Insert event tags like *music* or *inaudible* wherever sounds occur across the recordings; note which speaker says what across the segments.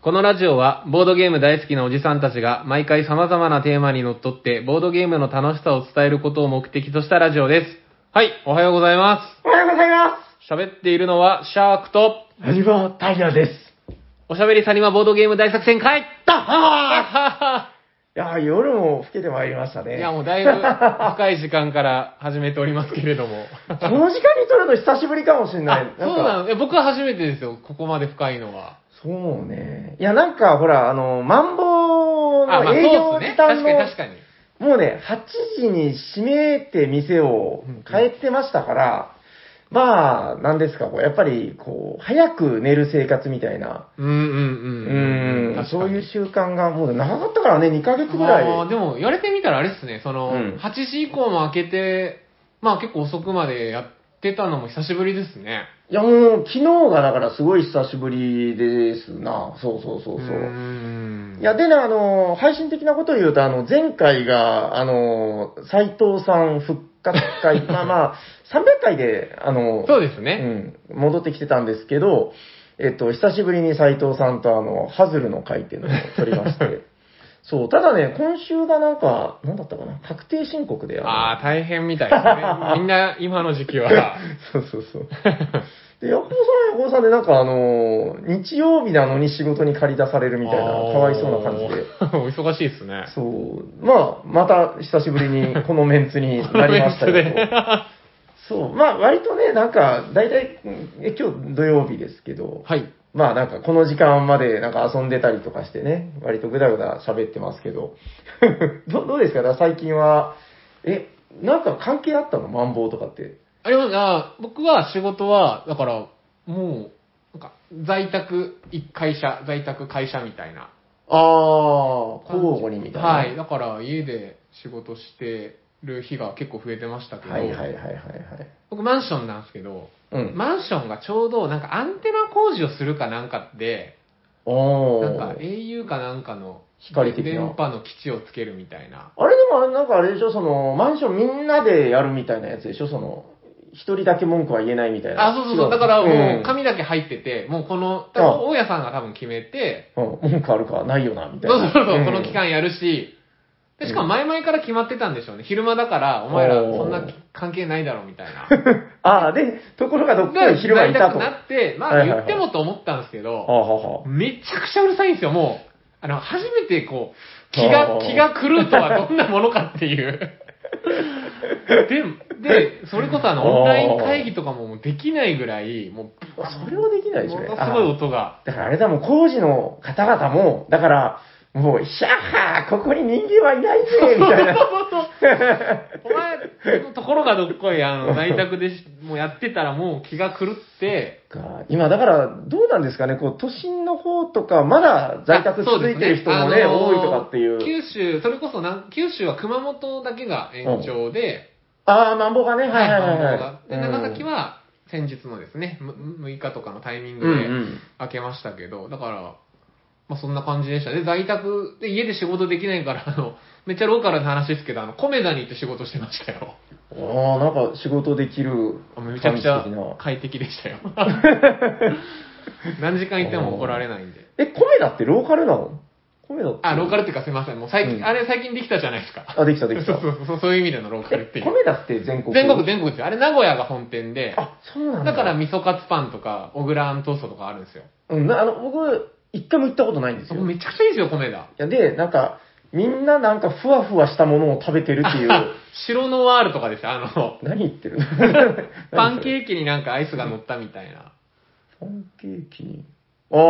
Speaker 1: このラジオは、ボードゲーム大好きなおじさんたちが、毎回様々なテーマにのっとって、ボードゲームの楽しさを伝えることを目的としたラジオです。はい、おはようございま。
Speaker 2: おはようございます
Speaker 1: 喋っているのは、シャークと、
Speaker 2: す。ラジバータイヤです。
Speaker 1: おしゃべりサニマボードゲーム大作戦会
Speaker 2: だはー
Speaker 1: あ
Speaker 2: いやー、夜も更けてまいりました
Speaker 1: ー
Speaker 2: ね。
Speaker 1: いや、もうだいぶ深い時間から始めておりますけれども。
Speaker 2: この時間に撮るの久しぶりかもしれ *laughs* ない。
Speaker 1: あそうな
Speaker 2: か
Speaker 1: のいや僕は初めてですよ、ここまで深いのは。
Speaker 2: そうね。いや、なんか、ほら、あの、マンボウ
Speaker 1: あ、ま
Speaker 2: の
Speaker 1: あ
Speaker 2: 営
Speaker 1: そう
Speaker 2: 業
Speaker 1: ですね。
Speaker 2: 時
Speaker 1: 確
Speaker 2: 短
Speaker 1: か
Speaker 2: の、
Speaker 1: に確かに。
Speaker 2: もうね、8時に閉めて店を変えてましたから、まあ、なんですか、こうやっぱり、こう、早く寝る生活みたいな、
Speaker 1: うんうん
Speaker 2: う
Speaker 1: うん。
Speaker 2: ん
Speaker 1: 確かに、
Speaker 2: そういう習慣が、もう長かったからね、2ヶ月ぐらい。
Speaker 1: あーでも、やれてみたらあれっすね、その、
Speaker 2: うん
Speaker 1: 8時以降も開けて、まあ結構遅くまでやってたのも久しぶりですね。
Speaker 2: いやもう昨日がだからすごい久しぶりですな。そうそうそう
Speaker 1: う
Speaker 2: そ
Speaker 1: ー
Speaker 2: う。
Speaker 1: ん
Speaker 2: いや、でね、あの、配信的なことを言うと、あの、前回が、あの、斎藤さん復活
Speaker 1: *laughs*
Speaker 2: 会、まあまあ、300回で、あの、
Speaker 1: そうですね。
Speaker 2: うん、戻ってきてたんですけど、えっと、久しぶりに斎藤さんとあの、ハズルの会っていうのを取りまして、
Speaker 1: *laughs*
Speaker 2: そう、ただね、今週がなんか、なんだったかな、確定申告で、
Speaker 1: ああ、大変みたいですね。みんな今の時期は。
Speaker 2: *laughs* そうそうそう。で、ヤコウさんはヤコウさんで、なんかあのー日曜日なのに仕事に借り出され *laughs* るみたいな、かわいそうな感じで。
Speaker 1: あー。お忙しいですね。
Speaker 2: そう。まあ、また久しぶりにこのメンツになりま
Speaker 1: *laughs*
Speaker 2: したけど。
Speaker 1: は
Speaker 2: そう。まあ、割とね、なんか、大体、うんえ今日土曜日ですけど、
Speaker 1: い。
Speaker 2: まあなんかこの時間までなんか遊んでたりとかしてね、割とぐだぐだ喋ってますけど。 *laughs* どどうですか最近は。え、なんか関係あったのマンボウとかって。
Speaker 1: あれは、あー僕は仕事は、だから、もう、なんか、在宅、一会社、在宅会社みたいな。
Speaker 2: ああ、交互にみたいな。
Speaker 1: はい。だから、家で仕事してる日が結構増えてましたけど、
Speaker 2: はいはいはいはいはい。
Speaker 1: 僕マンションなんですけど、
Speaker 2: うん。
Speaker 1: マンションがちょうどなんかアンテナ工事をするかなんかで、
Speaker 2: お
Speaker 1: なんか
Speaker 2: ー
Speaker 1: au かなんかの
Speaker 2: 光的な
Speaker 1: 電波の基地をつけるみたいな。
Speaker 2: あれでもあれなんかあれでしょ、その、マンションみんなでやるみたいなやつでしょ、その、一人だけ文句は言えないみたいな。
Speaker 1: あ、そうそうそう。だからもう紙
Speaker 2: 紙、
Speaker 1: だけ入ってて、もうこの、多
Speaker 2: あ
Speaker 1: 分大家さんが多分決めて、
Speaker 2: うん文句あるかないよな、みた
Speaker 1: そ
Speaker 2: いうな。
Speaker 1: そうそう、
Speaker 2: ん
Speaker 1: この期。間やるし、でしかも前々から決まってたんでしょうね。昼間だから、お前らそんな関係ないだろうみたいな。
Speaker 2: ああ、で、ところがどっか
Speaker 1: が
Speaker 2: に昼間いたと。
Speaker 1: な
Speaker 2: あ
Speaker 1: って、ま
Speaker 2: は
Speaker 1: あ
Speaker 2: いはい
Speaker 1: 言
Speaker 2: はい
Speaker 1: ってもと思ったんですけど、
Speaker 2: はは。
Speaker 1: めちゃくちゃうるさいんですよ、もう。あの、初めてこう、気
Speaker 2: あ
Speaker 1: が、
Speaker 2: ー
Speaker 1: 気が狂うとはどんなものかっていう。
Speaker 2: *laughs*
Speaker 1: で、で、それこそあの、オンライン会議とかももうできないぐらい、も
Speaker 2: それはできな
Speaker 1: う、
Speaker 2: いでしょ
Speaker 1: も
Speaker 2: ね。
Speaker 1: のす
Speaker 2: あ
Speaker 1: ごい
Speaker 2: ー
Speaker 1: 音が。
Speaker 2: だからあれだもん、工事の方々も、だから、もう、シャーここに人間はいないぜみた
Speaker 1: *laughs*
Speaker 2: いな。
Speaker 1: お前のところがどっこい、あの、在宅でしもうやってたらもう気が狂って、
Speaker 2: か今、だから、どうなんですかね、こう、都心の方とか、まだ在宅続いてる人もね、
Speaker 1: あそう
Speaker 2: 多
Speaker 1: です
Speaker 2: いとかっていう。
Speaker 1: 九州、それこそなん、九州は熊本だけが延長で、
Speaker 2: ああ、マンボウがね、はいはいはい
Speaker 1: は
Speaker 2: はいい。
Speaker 1: で、
Speaker 2: うん
Speaker 1: 長崎、は先日のですね、む6日とかのタイミン
Speaker 2: うんう
Speaker 1: グで
Speaker 2: ん。
Speaker 1: 開けましたけど、だから、まあそんな感じでした。で、在宅で家で仕事できないから、あの、めっちゃローカルな話ですけど、あの、コメダに行って仕事してましたよ。
Speaker 2: ああ、なんか仕事できる
Speaker 1: めちゃくちゃ
Speaker 2: 感じ的な
Speaker 1: 快適でしたよ。 *laughs* 何時間いても怒られないんで。
Speaker 2: え、米だってローカルなの米だって。
Speaker 1: あ、ローカルっていうかすいません。もう最近、
Speaker 2: うん
Speaker 1: あれ最近できたじゃないですか。
Speaker 2: あ、できた
Speaker 1: そ
Speaker 2: で
Speaker 1: う
Speaker 2: きた。
Speaker 1: そうそう、そういう意味でのローカルって
Speaker 2: え、
Speaker 1: いう。
Speaker 2: 米だって全国
Speaker 1: 全国、全国ですよ。あれ名古屋が本店で、
Speaker 2: あ、そうなんだ。
Speaker 1: だから、味噌カツパンとか、小倉あんトーストとかあるんですよ。
Speaker 2: うん、なあの、僕、一回も行ったことないんです
Speaker 1: あ
Speaker 2: よ。
Speaker 1: もう
Speaker 2: い
Speaker 1: めちゃくちゃいいですよ、米だ。
Speaker 2: や、で、なんか、みんななんかふわふわしたものを食べて
Speaker 1: *laughs*
Speaker 2: るっていう。
Speaker 1: 白ノワールとかですよ、あの、
Speaker 2: 何言ってる
Speaker 1: *laughs*
Speaker 2: *laughs*
Speaker 1: パン
Speaker 2: ーキ
Speaker 1: ケーキになんかアイスが乗ったみたいな。
Speaker 2: パンケーキに。ああ、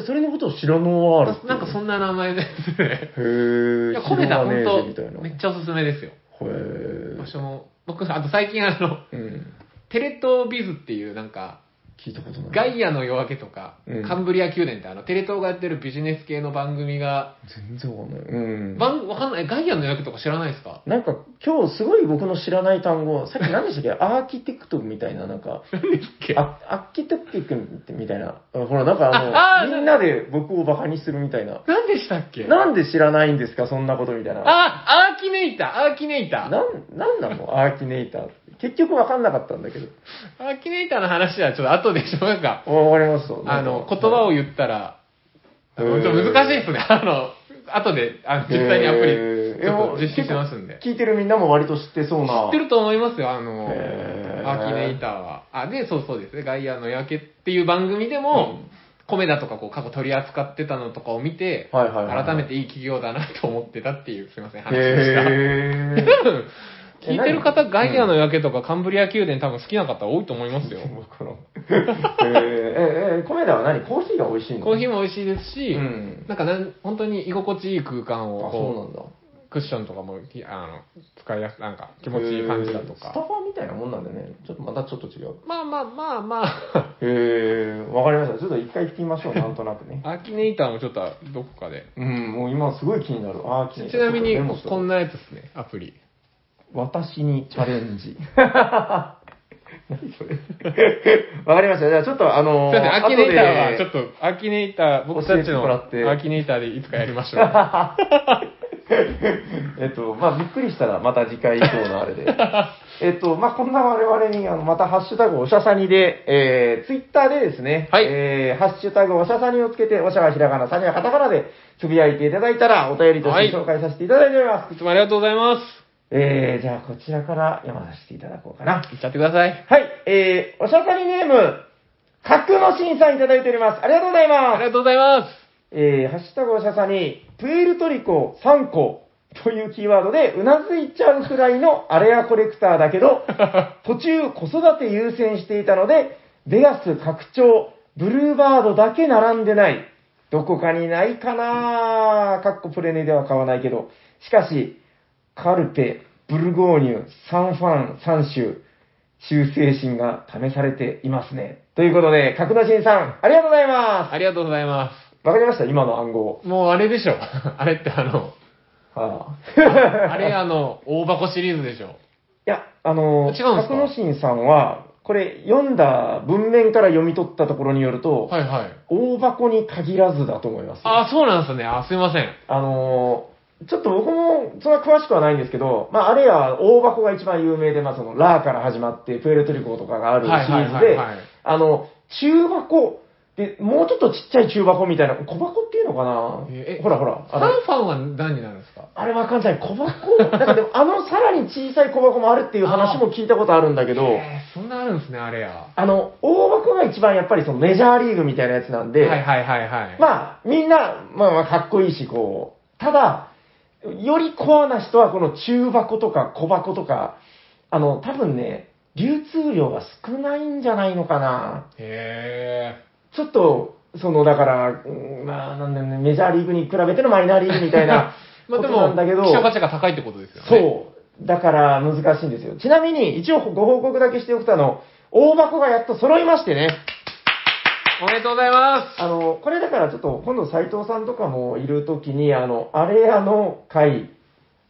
Speaker 2: え、それのことを知らのワールって
Speaker 1: なんかそんな名前ですね。
Speaker 2: へ
Speaker 1: い
Speaker 2: え。
Speaker 1: や、米だ、
Speaker 2: 白マ
Speaker 1: ほ
Speaker 2: ヨ
Speaker 1: ん
Speaker 2: ネーズみたい
Speaker 1: と、
Speaker 2: な。
Speaker 1: め
Speaker 2: へ
Speaker 1: っちゃおすすめですよ。
Speaker 2: え
Speaker 1: 場。所も。僕、あと最近あの、
Speaker 2: うん。
Speaker 1: テレ東ビズっていうなんか、
Speaker 2: 聞いたことない。
Speaker 1: ガイアの夜明けとか、
Speaker 2: うん
Speaker 1: カンブリア宮殿ってあの、テレ東がやってるビジネス系の番組が、
Speaker 2: 全然わかんない。うん。
Speaker 1: 番、わかんない、ガイアの夜明けとか知らないですか
Speaker 2: なんか、今日すごい僕の知らない単語、さっき何でしたっけアーキテクトみたいな、なんか、
Speaker 1: 何だっけ
Speaker 2: あアーキテクトみたいな、あほら、なんか
Speaker 1: ああ
Speaker 2: あ
Speaker 1: ー
Speaker 2: の、みんなで僕をバカにするみたいな。
Speaker 1: 何でしたっけ
Speaker 2: なんで知らないんですか、そんなことみたいな。
Speaker 1: あ、アーキネイター、アーキネイター
Speaker 2: な。ん、なんなのアーキネイターって。結局わかんなかったんだけど。
Speaker 1: アーキネイターの話はちょっと後でしょ、なんか、
Speaker 2: わかります
Speaker 1: あの、言葉を
Speaker 2: を
Speaker 1: 言ったら、あのちょっと難しいですね。あの、後で、あの、実際にアプリ、ちょっと実施しますんで。
Speaker 2: 聞いてるみんなも割と知ってそうな。
Speaker 1: 知ってると思いますよ、あの、
Speaker 2: へー
Speaker 1: アーキネイターは。あ、で、そうそうですね。ガイアの夜明けっていう番組でも、米だとかこう過去取り扱ってたのとかを見て、
Speaker 2: はいはいはいはい
Speaker 1: 改めていい企業だなと思ってたっていう、すいません、話で *laughs* した。
Speaker 2: へー
Speaker 1: 聞いてる方、
Speaker 2: え何
Speaker 1: ガイアの夜明けとかカンブリア宮殿多分好きな方多いと思いますよ。
Speaker 2: わからんえーえー、コメダは何コーヒーが美味しいの
Speaker 1: コーヒーも美味しいですし、
Speaker 2: うん
Speaker 1: なんかなん本当に居心地いい空間を
Speaker 2: あ、
Speaker 1: こう
Speaker 2: そうなんだ。
Speaker 1: クッションとかもきあの使いやすなんか気持ちいい感じだと
Speaker 2: へースタ
Speaker 1: か。
Speaker 2: バみたいなもんなんだね。ちょっとまたちょっと違う。
Speaker 1: まあまあまあま
Speaker 2: *laughs*
Speaker 1: あ、
Speaker 2: へえ、わかりました。ちょっと一回聞きましょう、なんとなく
Speaker 1: *laughs*
Speaker 2: ね。
Speaker 1: アーキネイターもちょっとどこかで。
Speaker 2: うん、もう今すごい気になる。あー
Speaker 1: ちちなみに
Speaker 2: ょっとメモし、とこ
Speaker 1: こ
Speaker 2: うん
Speaker 1: なやつですね、アプリ。
Speaker 2: 私にチャレン *laughs* ジ。何それ。わかりました。じゃあちょっとあ
Speaker 1: す
Speaker 2: の
Speaker 1: いません、アーキネイターは、ちょ
Speaker 2: っ
Speaker 1: っと、アーキネイター、僕たちの
Speaker 2: 教え
Speaker 1: ア
Speaker 2: てもらって
Speaker 1: ーキネイターでいつかやりましょう。
Speaker 2: *laughs* えっと、まあびっくりしたらまた次回以降のあ
Speaker 1: *laughs*
Speaker 2: れで。えっと、まあこんな我々に、あの、またハッシュタグおしゃさにで、えー、ツイッターでですね、
Speaker 1: はい
Speaker 2: えー、ハッシュタグおしゃさにをつけて、おしゃはひらがな、さにはカタカナで、つぶやいていただいたら、お便りとして紹介させていただいております。
Speaker 1: いつもありがとうございま
Speaker 2: えー、じゃあこちらから読まさせていただこうかな。
Speaker 1: す。いっちゃってください。
Speaker 2: はい、えー、おしゃさにネーム、格のしんさんいただいております。ありがとうござい
Speaker 1: あ
Speaker 2: ま
Speaker 1: り
Speaker 2: す。
Speaker 1: がとうございます。
Speaker 2: えー、ハッシュタグおしゃさに、プエルトリコ3個というキーワードで、うなずいちゃうくらいのあれやコレクターだけど、途中子育て優先していたので、ベガス拡張、ブルーバードだけ並んでない。どこかにないかなぁ。かっこプレネでは買わないけど。しかし、カルペ、ブルゴーニュ、サンファン、3種、忠誠心が試されていますね。ということで、角田新さん、ありがとうございま。
Speaker 1: ありがとうございます
Speaker 2: わかりました今の暗号。
Speaker 1: す。もうあれでしょ。 *laughs* あれってあの、
Speaker 2: は
Speaker 1: あ
Speaker 2: あ、 *laughs*
Speaker 1: れあの、大箱シリーズでしょ。
Speaker 2: いや、あの、
Speaker 1: 違うんですか
Speaker 2: 角野新さんは、これ読んだ文面から読み取ったところによると、
Speaker 1: はいはい。
Speaker 2: 大箱に限らずだと思います。
Speaker 1: あ、そうなんですね。あ、すいません。
Speaker 2: あのーちょっと僕もそんな詳しくはないんですけど、まあ、あれや大箱が一番有名で、まあ、そのラーから始まって、プエルトリコとかがあるシリーズ
Speaker 1: はいはい
Speaker 2: で
Speaker 1: はいはい、
Speaker 2: あの、中箱、で、もうちょっとちっちゃい中箱みたいな、小箱っていうのかな
Speaker 1: ええ
Speaker 2: ほらほら、
Speaker 1: サ
Speaker 2: あ
Speaker 1: ン
Speaker 2: の、
Speaker 1: ファンは何になるんですか
Speaker 2: あれわかんない、小箱なんかでも、あのさらに小さい小箱もあるっていう話も聞いたことあるんだけど、
Speaker 1: えーそんなあるんですね、あれや。
Speaker 2: あの、大箱が一番やっぱりそのメジャーリーグみたいなやつなんで、
Speaker 1: はいはいはいはい。
Speaker 2: まあ、みんな、まあまあ、かっこいいし、こう。ただ、よりコアな人は、この中箱とか小箱とか、あの、多分ね、流通量が少ないんじゃないのかな。
Speaker 1: へ、
Speaker 2: ちょっと、その、だから、うんまあ、なんだよね、メジャーリーグに比べてのマイナーリーグみたいな
Speaker 1: *laughs* ー。ま
Speaker 2: こ
Speaker 1: あ
Speaker 2: と
Speaker 1: で
Speaker 2: なんだけど、
Speaker 1: も、希少価値が高いってことですよね。
Speaker 2: そう。だから、難しいんですよ。ちなみに、一応ご報告だけしておくと、あの、大箱がやっと揃いましてね。
Speaker 1: おめでとうございます。 *laughs*
Speaker 2: あの、これだからちょっと、今度斉藤さんとかもいるときに、あの、あれやの回、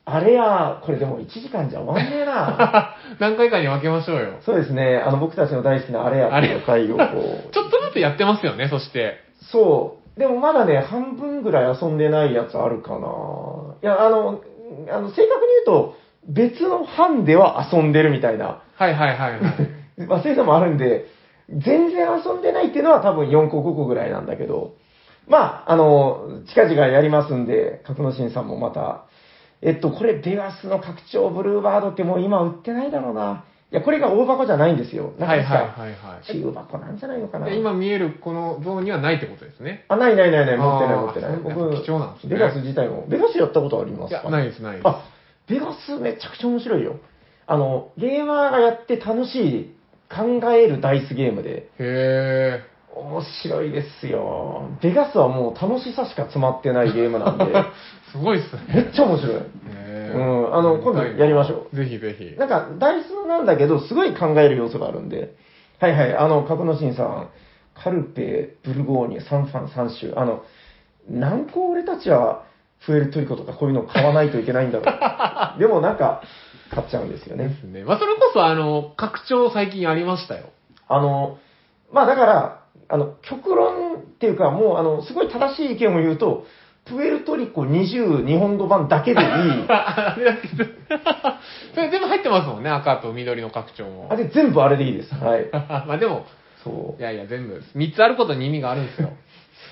Speaker 2: あれや、これでも1時間じゃ終わんねえ
Speaker 1: *laughs*
Speaker 2: な。
Speaker 1: 何回かに分けましょうよ。
Speaker 2: そうですね、あの、僕たちの大好きなあれやっていう回をこう、
Speaker 1: *laughs* ちょっとずつやってますよね、そして。
Speaker 2: そう。でもまだね、半分ぐらい遊んでないやつあるかな。いや、あの、あの正確に言うと、別の班では遊んでるみたいな、
Speaker 1: はいはいはいはい。
Speaker 2: まあ、そういうのもあるんで、全然遊んでないっていうのは多分4個5個ぐらいなんだけど、まあ、あの、近々やりますんで、格之進さんもまた、えっと、これ、ベガスの拡張ブルーバードってもう今売ってないだろうな。いや、これが大箱じゃないんですよ。なん
Speaker 1: は
Speaker 2: か
Speaker 1: い
Speaker 2: さ
Speaker 1: はいはいはい。
Speaker 2: 中箱なんじゃないのかな。
Speaker 1: で今見えるこの像にはないってことですね。
Speaker 2: あ、ないないないない、持ってない
Speaker 1: あー
Speaker 2: 持ってない。
Speaker 1: そうなんだ貴重なんですね
Speaker 2: ベガス自体も。ベガスやったことありま
Speaker 1: い
Speaker 2: す
Speaker 1: や、
Speaker 2: か
Speaker 1: ないですないです。
Speaker 2: あ、ベガスめちゃくちゃ面白いよ。あの、ゲーマーがやって楽しい、考えるダイスゲームで、
Speaker 1: へ
Speaker 2: 面白いですよ。ベガスはもう楽しさしか詰まってないゲームなんで、
Speaker 1: ー。すごいっすね。
Speaker 2: めっちゃ面白い。
Speaker 1: へー
Speaker 2: うんあの今度やりましょ。
Speaker 1: ぜひぜひ。
Speaker 2: なんか、ダイスなんだけど、すごい考える要素があるんで、はいはい、あの、格之進さん、カルペ、ブルゴーニュ、サンファン、三種、あの、何個俺たちは、フエルトリコとかこういうの買わないといけないんだろう。でもなんか、買っちゃうんですよね。
Speaker 1: ですね。まあ、それこそ、あの、拡張最近ありま
Speaker 2: *laughs*
Speaker 1: したよ。
Speaker 2: あの、まあだから、あの、極論っていうか、もう、あの、すごい正しい意見を言うと、プエルトリコ20日本語版だけでいい。
Speaker 1: ああれだけど。それ全部入ってますもんね、赤と緑の拡張も
Speaker 2: あ。れ全部あれでいいです。はい
Speaker 1: *laughs* 。まあでも、
Speaker 2: そう *laughs*
Speaker 1: い。やいや、全部、3つあることに意味があるんですよ。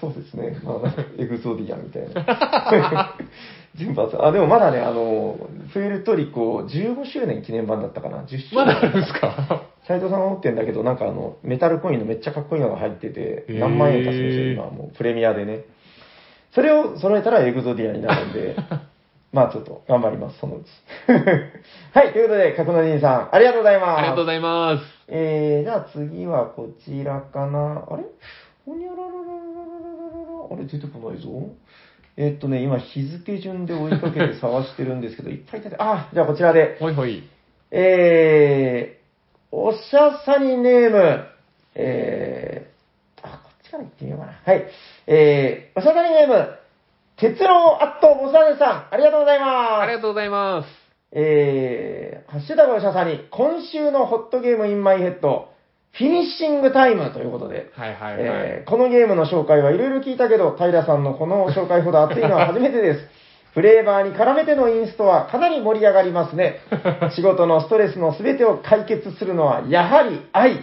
Speaker 2: そうですね。まあ、エグゾディアンみたいな。人物。あ、でもまだね、あの、プエルトリコ15周年記念版だったかな。10周
Speaker 1: ま
Speaker 2: 年。
Speaker 1: だあるんですか
Speaker 2: 斉藤さんが持ってんだけど、なんかあの、メタルコインのめっちゃかっこいいのが入ってて、
Speaker 1: へー
Speaker 2: 何万円かするんですよ、今はもうプレミアでね。それを揃えたらエグゾディアになるんで、まあちょっと頑張ります、そのうち。はい、ということで、角野人さん、ありがとうございます。
Speaker 1: ありがとうございます。
Speaker 2: えー、じゃあ次はこちらかな。あれほにゃらららららららららあれ出てこないぞ。えーっとね、今日付順で追いかけて探してるんですけど、いっぱい出て、あ、じゃあこちらで。
Speaker 1: ほいほい。
Speaker 2: えー、おしゃさにネーム、えー、あ、こっちから行ってみようかな。はい。えー、おしゃさにネーム、鉄郎アットボスラネさん、ありがとうございます。
Speaker 1: ありがとうございます。
Speaker 2: えー、ハッシュタグおしゃさに、今週のホットゲームインマイヘッド、フィニッシングタイムということで、
Speaker 1: はいはいはい。
Speaker 2: えーこのゲームの紹介はいろいろ聞いたけど、平さんのこの紹介ほど熱いのは初め
Speaker 1: *laughs*
Speaker 2: てです。フレーバーに絡めてのインストはかなり盛り上がります
Speaker 1: *laughs*
Speaker 2: ね。仕事のストレスの全てを解決するのはやはり愛。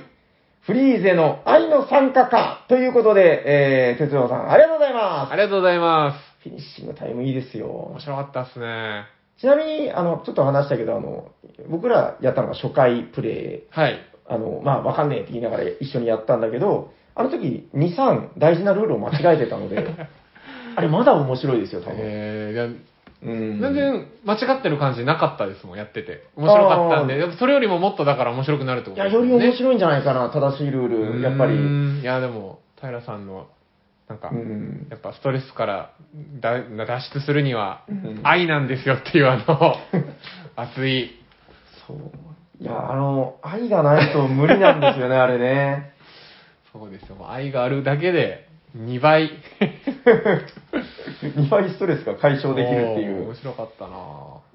Speaker 2: フリーゼの愛の参加か。ということで、えー、哲郎さん、ありがとうございま。
Speaker 1: ありがとうございます
Speaker 2: フィニッシングタイムいいです
Speaker 1: す。
Speaker 2: よ
Speaker 1: 面。白かったっすね。
Speaker 2: ちなみに、あの、ちょっと話したけど、あの、僕らやったのが初回プレイ
Speaker 1: はい。
Speaker 2: あの、まあ、わかんねえって言いながら一緒にやったんだけど、あの時、2、3大事なルールを間違えてたので、 *laughs* あれまだ面白いですよ、多分。
Speaker 1: えー、いや
Speaker 2: うん。
Speaker 1: 全然間違ってる感じなかったですもん、やってて。面白かったん
Speaker 2: あ
Speaker 1: で、
Speaker 2: ー
Speaker 1: やっぱそれよりももっとだから面白くなるってこ
Speaker 2: い
Speaker 1: と
Speaker 2: や、
Speaker 1: です
Speaker 2: よ
Speaker 1: よね。
Speaker 2: り面白いんじゃないかな、正しいルール、やっぱり。
Speaker 1: う
Speaker 2: うん
Speaker 1: いや、でも、平さんの、なんか、
Speaker 2: ん。
Speaker 1: やっぱストレスからだ脱出するには
Speaker 2: うん、
Speaker 1: 愛なんですよっていうあ
Speaker 2: *laughs*
Speaker 1: の、熱い。
Speaker 2: そう。いや、あの、愛がないと無理なんですよ
Speaker 1: *laughs*
Speaker 2: ね、あれね。
Speaker 1: そうですよ。もう愛があるだけで、2倍。
Speaker 2: 2倍ストレスが解消できるってい
Speaker 1: おー
Speaker 2: う
Speaker 1: 面。白かったな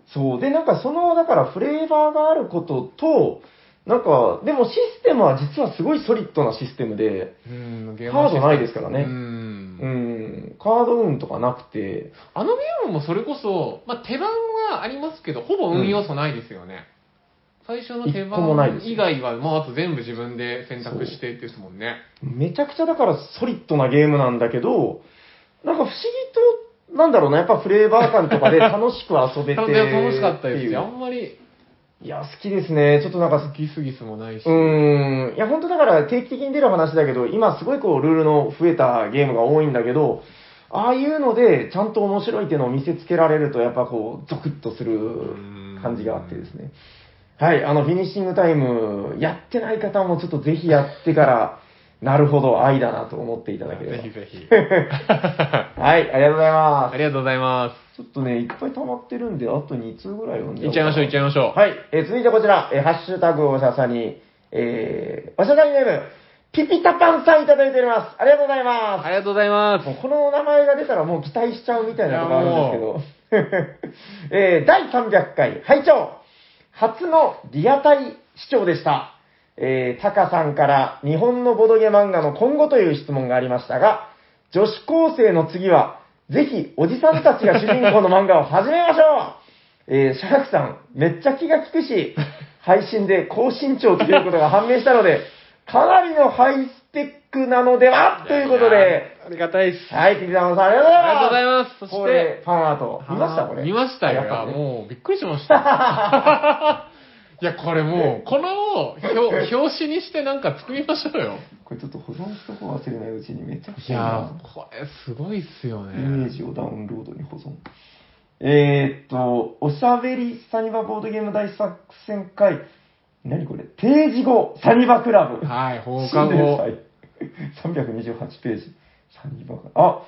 Speaker 2: そう。で、なんかその、だからフレーバーがあることと、なんか、でもシステムは実はすごいソリッドなシステムで、
Speaker 1: うん、ゲ
Speaker 2: カードないですすから
Speaker 1: か
Speaker 2: ね。
Speaker 1: うん
Speaker 2: う。ん、カード運とかなくて、
Speaker 1: あのゲームもそれこそ、まあ、手番はありますけど、ほぼ運要素ないですよね。最初の手
Speaker 2: 一個もない
Speaker 1: 番
Speaker 2: です
Speaker 1: 以外は、もうあと全部自分で選択してですもんね。
Speaker 2: めちゃくちゃだからソリッドなゲームなんだけど、なんか不思議と、なんだろうな、やっぱフレーバー感とかで楽しく遊べて
Speaker 1: ただ *laughs* 楽しかったですよ。あ
Speaker 2: よ。
Speaker 1: んまり、
Speaker 2: いや、好きですね。ちょっとなんか、
Speaker 1: ギスギスもないし。
Speaker 2: うーん、いや、本当だから定期的に出る話だけど、今すごいこう、ルールの増えたゲームが多いんだけど、ああいうので、ちゃんと面白いっていうのを見せつけられると、やっぱこう、ゾクッとする感じがあってですね。はい、あの、フィニッシングタイム、やってない方もちょっとぜひやってから、なるほど、愛だなと思っていただけれ
Speaker 1: ぜ
Speaker 2: ば
Speaker 1: ひ。ぜひ。
Speaker 2: はい、ありがとうございま。
Speaker 1: ありがとうございます
Speaker 2: ちょっとね、いっぱい溜まってるんで、あと2通 *laughs* ぐらい読ん
Speaker 1: す。
Speaker 2: で
Speaker 1: いっちゃいましょう、いっちゃいましょう。
Speaker 2: はい、えー続いてこちら、えーハッシュタグおしゃさに、えー、おしゃさにネーム、ピピタパンさんいただいております。ありがとうございます。
Speaker 1: ありがとうございます。
Speaker 2: もうこの名前が出たらもう期待しちゃうみたいなとこあるんですけど、 *laughs* えー第300回、拝聴初のリアタイ視聴でした。えー、タカさんから日本のボドゲ漫画の今後という質問がありましたが、女子高生の次は、ぜひおじさんたちが主人公の漫画を始めましょうえー、シャークさん、めっちゃ気が利くし、配信で高身長ということが判明したので、かなりのハイスペックなのではということ
Speaker 1: いや
Speaker 2: で
Speaker 1: い、や。ありがたいっす。
Speaker 2: はい、ピピタマンさん、ありが
Speaker 1: ありがと
Speaker 2: と
Speaker 1: うご
Speaker 2: うござ
Speaker 1: ざい
Speaker 2: います。
Speaker 1: ます。そし
Speaker 2: こ
Speaker 1: て、
Speaker 2: れ、ファンアート。見ましたこれ。
Speaker 1: 見ましたよ。
Speaker 2: やっぱりね
Speaker 1: もうびっくりしました。 *laughs* いや、これもう、この表表 *laughs* 紙にしてなんか作りましょうよ。
Speaker 2: これちょっと保存しとこう忘れないうちにめっちゃ欲し
Speaker 1: い
Speaker 2: い
Speaker 1: や
Speaker 2: な
Speaker 1: ー、これすごいっすよ
Speaker 2: イメー
Speaker 1: ね。
Speaker 2: ジをダウンロードに保存。えーっと、おしゃべりサニバボードゲーム大作戦会。何これ定時後、サニバクラブ。
Speaker 1: はい、放課
Speaker 2: 新年
Speaker 1: 後。
Speaker 2: 祭。328ページ。サニバが。あ、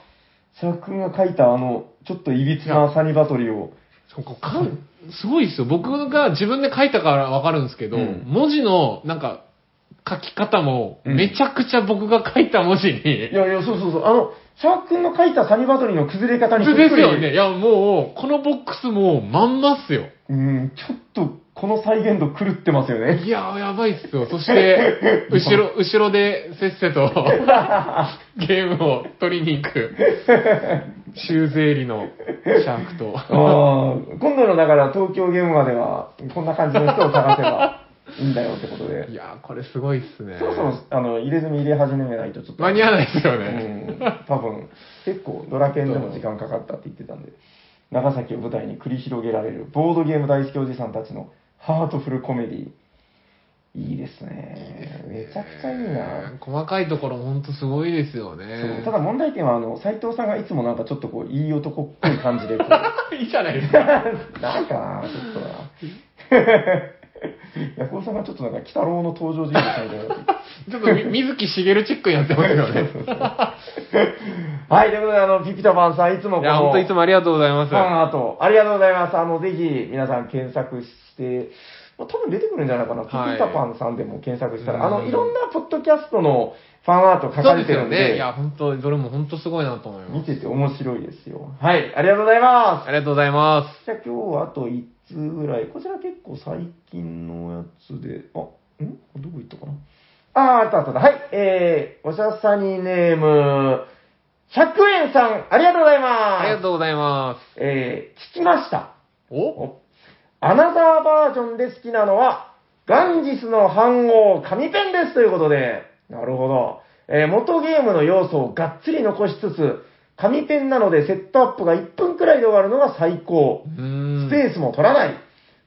Speaker 2: シャーク君が書いたあの、ちょっといびつなサニバトリを。
Speaker 1: そこかんすごいっすよ。僕が自分で書いたからわかるんですけど、
Speaker 2: うん
Speaker 1: 文字のなんか書き方も、
Speaker 2: うん
Speaker 1: めちゃくちゃ僕が書いた文字に、
Speaker 2: いやいや、そうそうそう。あの、シャーク君の書いたサニバトリの崩れ方にそっく
Speaker 1: で
Speaker 2: り
Speaker 1: すよね。いや、もう、このボックスもまんまっすよ。
Speaker 2: うん、ちょっと、この再現度狂ってますよ *laughs* ね。
Speaker 1: いやー、やばいっすよ。そして、後ろ、後ろでせっせ
Speaker 2: *laughs*
Speaker 1: とゲームを取りに行く、修税理のシャークと。
Speaker 2: あー今度のだから東京ゲームまでは、こんな感じの人を探せば、いいんだよってことで
Speaker 1: い。やー、これすごいっすね。
Speaker 2: そろそろ、あの、入れ墨入れ始めないとちょっと。
Speaker 1: 間に合わないですよ
Speaker 2: う
Speaker 1: ね。
Speaker 2: ん、多分、結構ドラケンでも時間かかったって言ってたんで、長崎を舞台に繰り広げられるボードゲーム大好きおじさんたちのハートフルコメディいいですね。めちゃくちゃいいな。
Speaker 1: 細かいところほんとすごいですよね
Speaker 2: そう。ただ問題点は、あの、斎藤さんがいつもなんかちょっとこう、いい男っぽい感じでこう、
Speaker 1: いいじゃないですか。
Speaker 2: なんかな、ちょっとな。ヤコウさんがちょっとなんか、鬼太郎の登場人物みたいになってる。
Speaker 1: ちょっと
Speaker 2: *laughs*
Speaker 1: み水木しげるチックになってますよね。
Speaker 2: はい、ということで、あの、ピピタパンさん、いつもこ
Speaker 1: い
Speaker 2: の、
Speaker 1: や、ほんといつもありがとうございます。
Speaker 2: ファンアート、ありがとうございます。あの、ぜひ、皆さん検索して、まあ、多分出てくるんじゃないかな。ピピ
Speaker 1: はい
Speaker 2: タパンさんでも検索したら、あ
Speaker 1: う
Speaker 2: の、
Speaker 1: ん
Speaker 2: いろんなポッドキャストのファンアート書
Speaker 1: そ
Speaker 2: か
Speaker 1: う
Speaker 2: れ
Speaker 1: です
Speaker 2: てる
Speaker 1: よ
Speaker 2: ん
Speaker 1: ね。
Speaker 2: で、
Speaker 1: いや、本当どれも本当すごいなと思い
Speaker 2: 見
Speaker 1: ます。
Speaker 2: てて面白いですよ。はい、ありがとうございます。
Speaker 1: ありがとうございま。
Speaker 2: じゃあ今日はあと1通ぐらい。こちら結構最近のやつで、あ、んこれどこ行ったかなあー、あったあったあった。はい、えー、おしゃさにネーム、100円さん、ありがとうございますす。
Speaker 1: ありがとうございます。
Speaker 2: えー、聞きました。
Speaker 1: お
Speaker 2: アナザーバージョンで好きなのは、ガンジスの飯号、紙ペンですということで、なるほど。えー元ゲームの要素をがっつり残しつつ、紙ペンなのでセットアップが1分くらいで終わるのが最高
Speaker 1: う。ーん。
Speaker 2: スペースも取らない。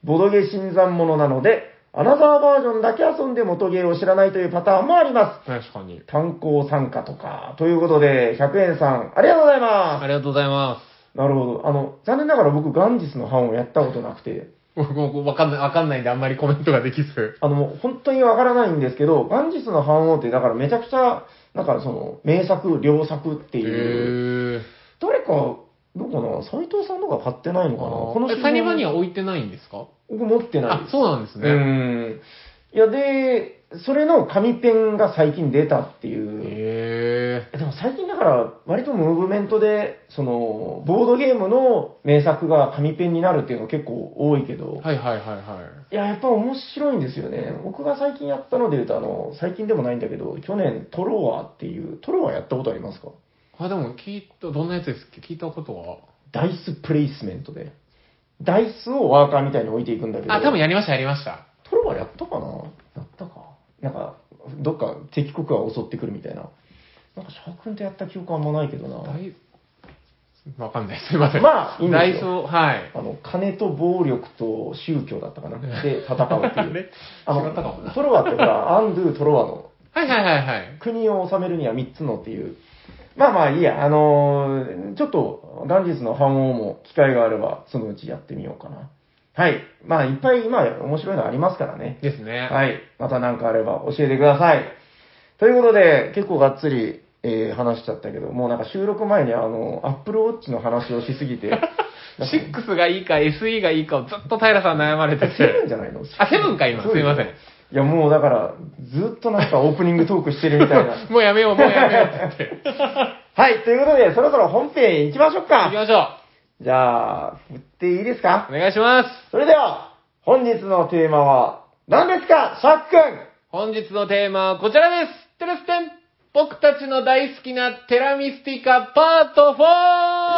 Speaker 2: ボドゲ新参者なので、アナザーバージョンだけ遊んで元ゲーを知らないというパターンもあります。
Speaker 1: 確かに。
Speaker 2: 単行参加とか。ということで、100円さん、ありがとうござい
Speaker 1: あ
Speaker 2: ま。
Speaker 1: りがとうございます
Speaker 2: なるほど。あの、残念ながら僕、ガンジスの班をやったことなくて。
Speaker 1: す。僕もわかんない、わかんないんであんまりコメントができず。
Speaker 2: あの、もう本当にわからないんですけど、ガンジスの反応って、だからめちゃくちゃ、なんかその、名作、良作って
Speaker 1: へ
Speaker 2: いう、
Speaker 1: ー。
Speaker 2: 誰か、どうかな、斎藤さんとか買ってないのかな、この
Speaker 1: え、サニバには置いてないんですか
Speaker 2: 僕持ってない
Speaker 1: あ
Speaker 2: で、す。
Speaker 1: そうなんです
Speaker 2: う
Speaker 1: ね。
Speaker 2: ん。いや、で、それの紙ペンが最近出たっていう。
Speaker 1: へ
Speaker 2: でも最近だから、割とムーブメントで、その、ボードゲームの名作が紙ペンになるっていうの結構多いけど
Speaker 1: ー。、はいはいはいはい。
Speaker 2: いや、やっぱ面白いんですよね。僕が最近やったので言うと、あの、最近でもないんだけど、去年、トロワっていう、トロワやったことありますか
Speaker 1: あ、でも聞いた、どんなやつですっけ聞いたことは。
Speaker 2: ダイスプレイスメントで。ダイスをワーカーみたいに置いていくんだけど。
Speaker 1: あ、多分やりました、やりました。
Speaker 2: トロワやったかなやったか。なんか、どっか敵国が襲ってくるみたいな。なんか、シャークンとやった記憶あんまないけどな。
Speaker 1: ダイわかんない、すいません。
Speaker 2: まあいいんで
Speaker 1: ダイ
Speaker 2: すよ
Speaker 1: ソー、はい。
Speaker 2: あの、金と暴力と宗教だっ
Speaker 1: *laughs*
Speaker 2: たかなで戦うって
Speaker 1: あ *laughs*
Speaker 2: いう。
Speaker 1: れ
Speaker 2: あ
Speaker 1: 違ったかも
Speaker 2: の、
Speaker 1: な
Speaker 2: トロワってほ
Speaker 1: *laughs*
Speaker 2: ら、アンドゥ・トロワの
Speaker 1: はいはいはいはい。
Speaker 2: 国を治めるには3つのっていう。まあまあいいや、あのーちょっと、元日の反応も機会があれば、そのうちやってみようかな。はい。まあいっぱい今面白いのありますからね。
Speaker 1: ですね。
Speaker 2: はい。また何かあれば教えてください。ということで、結構がっつり、えー話しちゃったけど、もうなんか収録前にあの、Apple Watch の話をしす *laughs* ぎて、なんか
Speaker 1: 6がいいか SE がいいかをずっと平さん悩まれて
Speaker 2: セブン
Speaker 1: て。
Speaker 2: じゃないの
Speaker 1: あ、セブンか今、すいません。
Speaker 2: いやもうだから、ずっとなんかオープニングトークしてるみたいな。
Speaker 1: *laughs* もうやめよう、もうやめようって言って。
Speaker 2: *laughs* はい、ということで、そろそろ本編行きましょうか
Speaker 1: 行き。ましょ
Speaker 2: じゃあ、振っていいですか
Speaker 1: う。お願いします。
Speaker 2: それでは、本日のテーマは、何ですか、シャック
Speaker 1: 本日のテーマはこちらです。テレステン僕たちの大好きなテラミスティカパート 4! *laughs*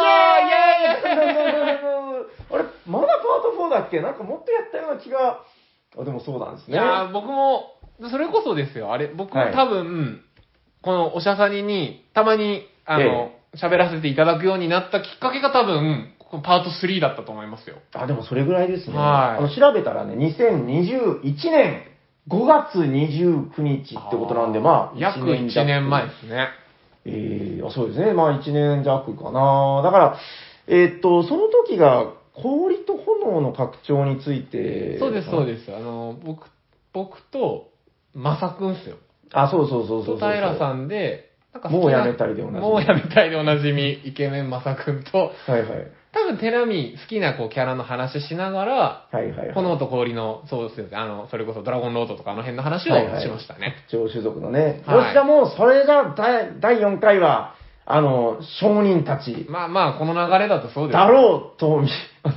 Speaker 1: イェーイ
Speaker 2: ンあれ、まだパート4だっけなんかもっとやったような気が。あ、でもそうなんです
Speaker 1: い
Speaker 2: ね。
Speaker 1: やー僕も、それこそですよ。あれ、僕も
Speaker 2: はい
Speaker 1: 多分、このおしゃさにに、たまに、あの、喋らせていただくようになったきっかけが多分、このパート3だったと思いますよ。
Speaker 2: あ、でもそれぐらいですね。
Speaker 1: はい
Speaker 2: あの調べたらね、2021年5月29日ってことなんで、まあ、
Speaker 1: 約1
Speaker 2: 弱
Speaker 1: 年前ですね。
Speaker 2: えー、あそうですね。まあ、1年弱かな。だから、えーっと、その時が、氷と炎の拡張について。
Speaker 1: そうです、そう
Speaker 2: す。
Speaker 1: です。あの、僕、僕と、まさくんっすよ。
Speaker 2: あ、そうそうそうそうそう。
Speaker 1: と平さんで、なんか好きな
Speaker 2: もうやめたいでおなじみ
Speaker 1: もうやめたいでおなじみ、イケメンまさくんと、
Speaker 2: はいはい。
Speaker 1: 多分テラミ好きなこうキャラの話しながら、
Speaker 2: はいはい、はい。
Speaker 1: 炎と氷の、そうですよね、あの、それこそドラゴンロードとかあの辺の話を
Speaker 2: はいはい
Speaker 1: しましたね。
Speaker 2: 上種族のね。
Speaker 1: はい
Speaker 2: どちらも、それが第第4回は、あの、商人たち、
Speaker 1: まあまあ、この流れだとそうです。
Speaker 2: だろうと見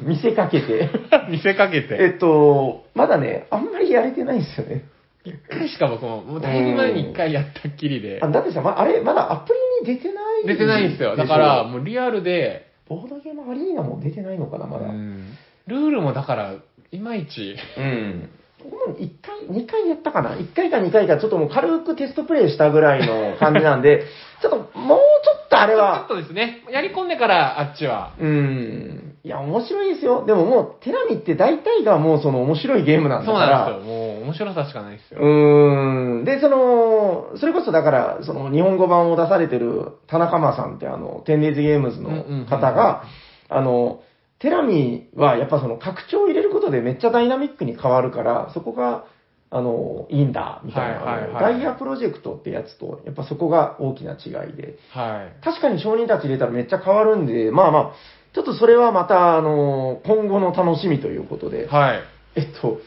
Speaker 2: 見 *laughs* せかけて。
Speaker 1: う *laughs* 見せかけて。
Speaker 2: えっと、まだね、あんまりやれてないんですよね。
Speaker 1: 一回しか僕も、もうだいぶ前に一回やったっきりで
Speaker 2: あ、だってさ、まあれ、まだアプリに出てない
Speaker 1: 出てないんですよ。だから、、もうリアルで、
Speaker 2: ボードゲームアリーナも出てないのかな、まだ。
Speaker 1: うんルールもだから、いまいち、
Speaker 2: うん。僕も1回、2回やったかな ?1 回か2回か、ちょっともう軽くテストプレイしたぐらいの感じな
Speaker 1: *laughs*
Speaker 2: んで、ちょっともうちょっとあれ
Speaker 1: ちょっ
Speaker 2: は、
Speaker 1: とですね、やり込んでからあっちは。
Speaker 2: うーん、いや、面白いですよ。でももう、テラミって大体がもうその面白いゲームなんだ
Speaker 1: そ
Speaker 2: か
Speaker 1: うな
Speaker 2: ら、
Speaker 1: んですよ。もう面白さしかないですよ。
Speaker 2: うーん。で、その、それこそだから、その日本語版を出されてる田中間さんってあの、テンデイズゲームズの方が、あの、テラミはやっぱその拡張を入れることでめっちゃダイナミックに変わるから、そこが、あの、いいんだ、みたいな。
Speaker 1: はいはいはい
Speaker 2: あのガイアプロジェクトってやつと、やっぱそこが大きな違いで。
Speaker 1: はい。
Speaker 2: 確かに商人たち入れたらめっちゃ変わるんで、まあまあ、ちょっとそれはまた、あの、今後の楽しみということで。
Speaker 1: はい。
Speaker 2: えっと、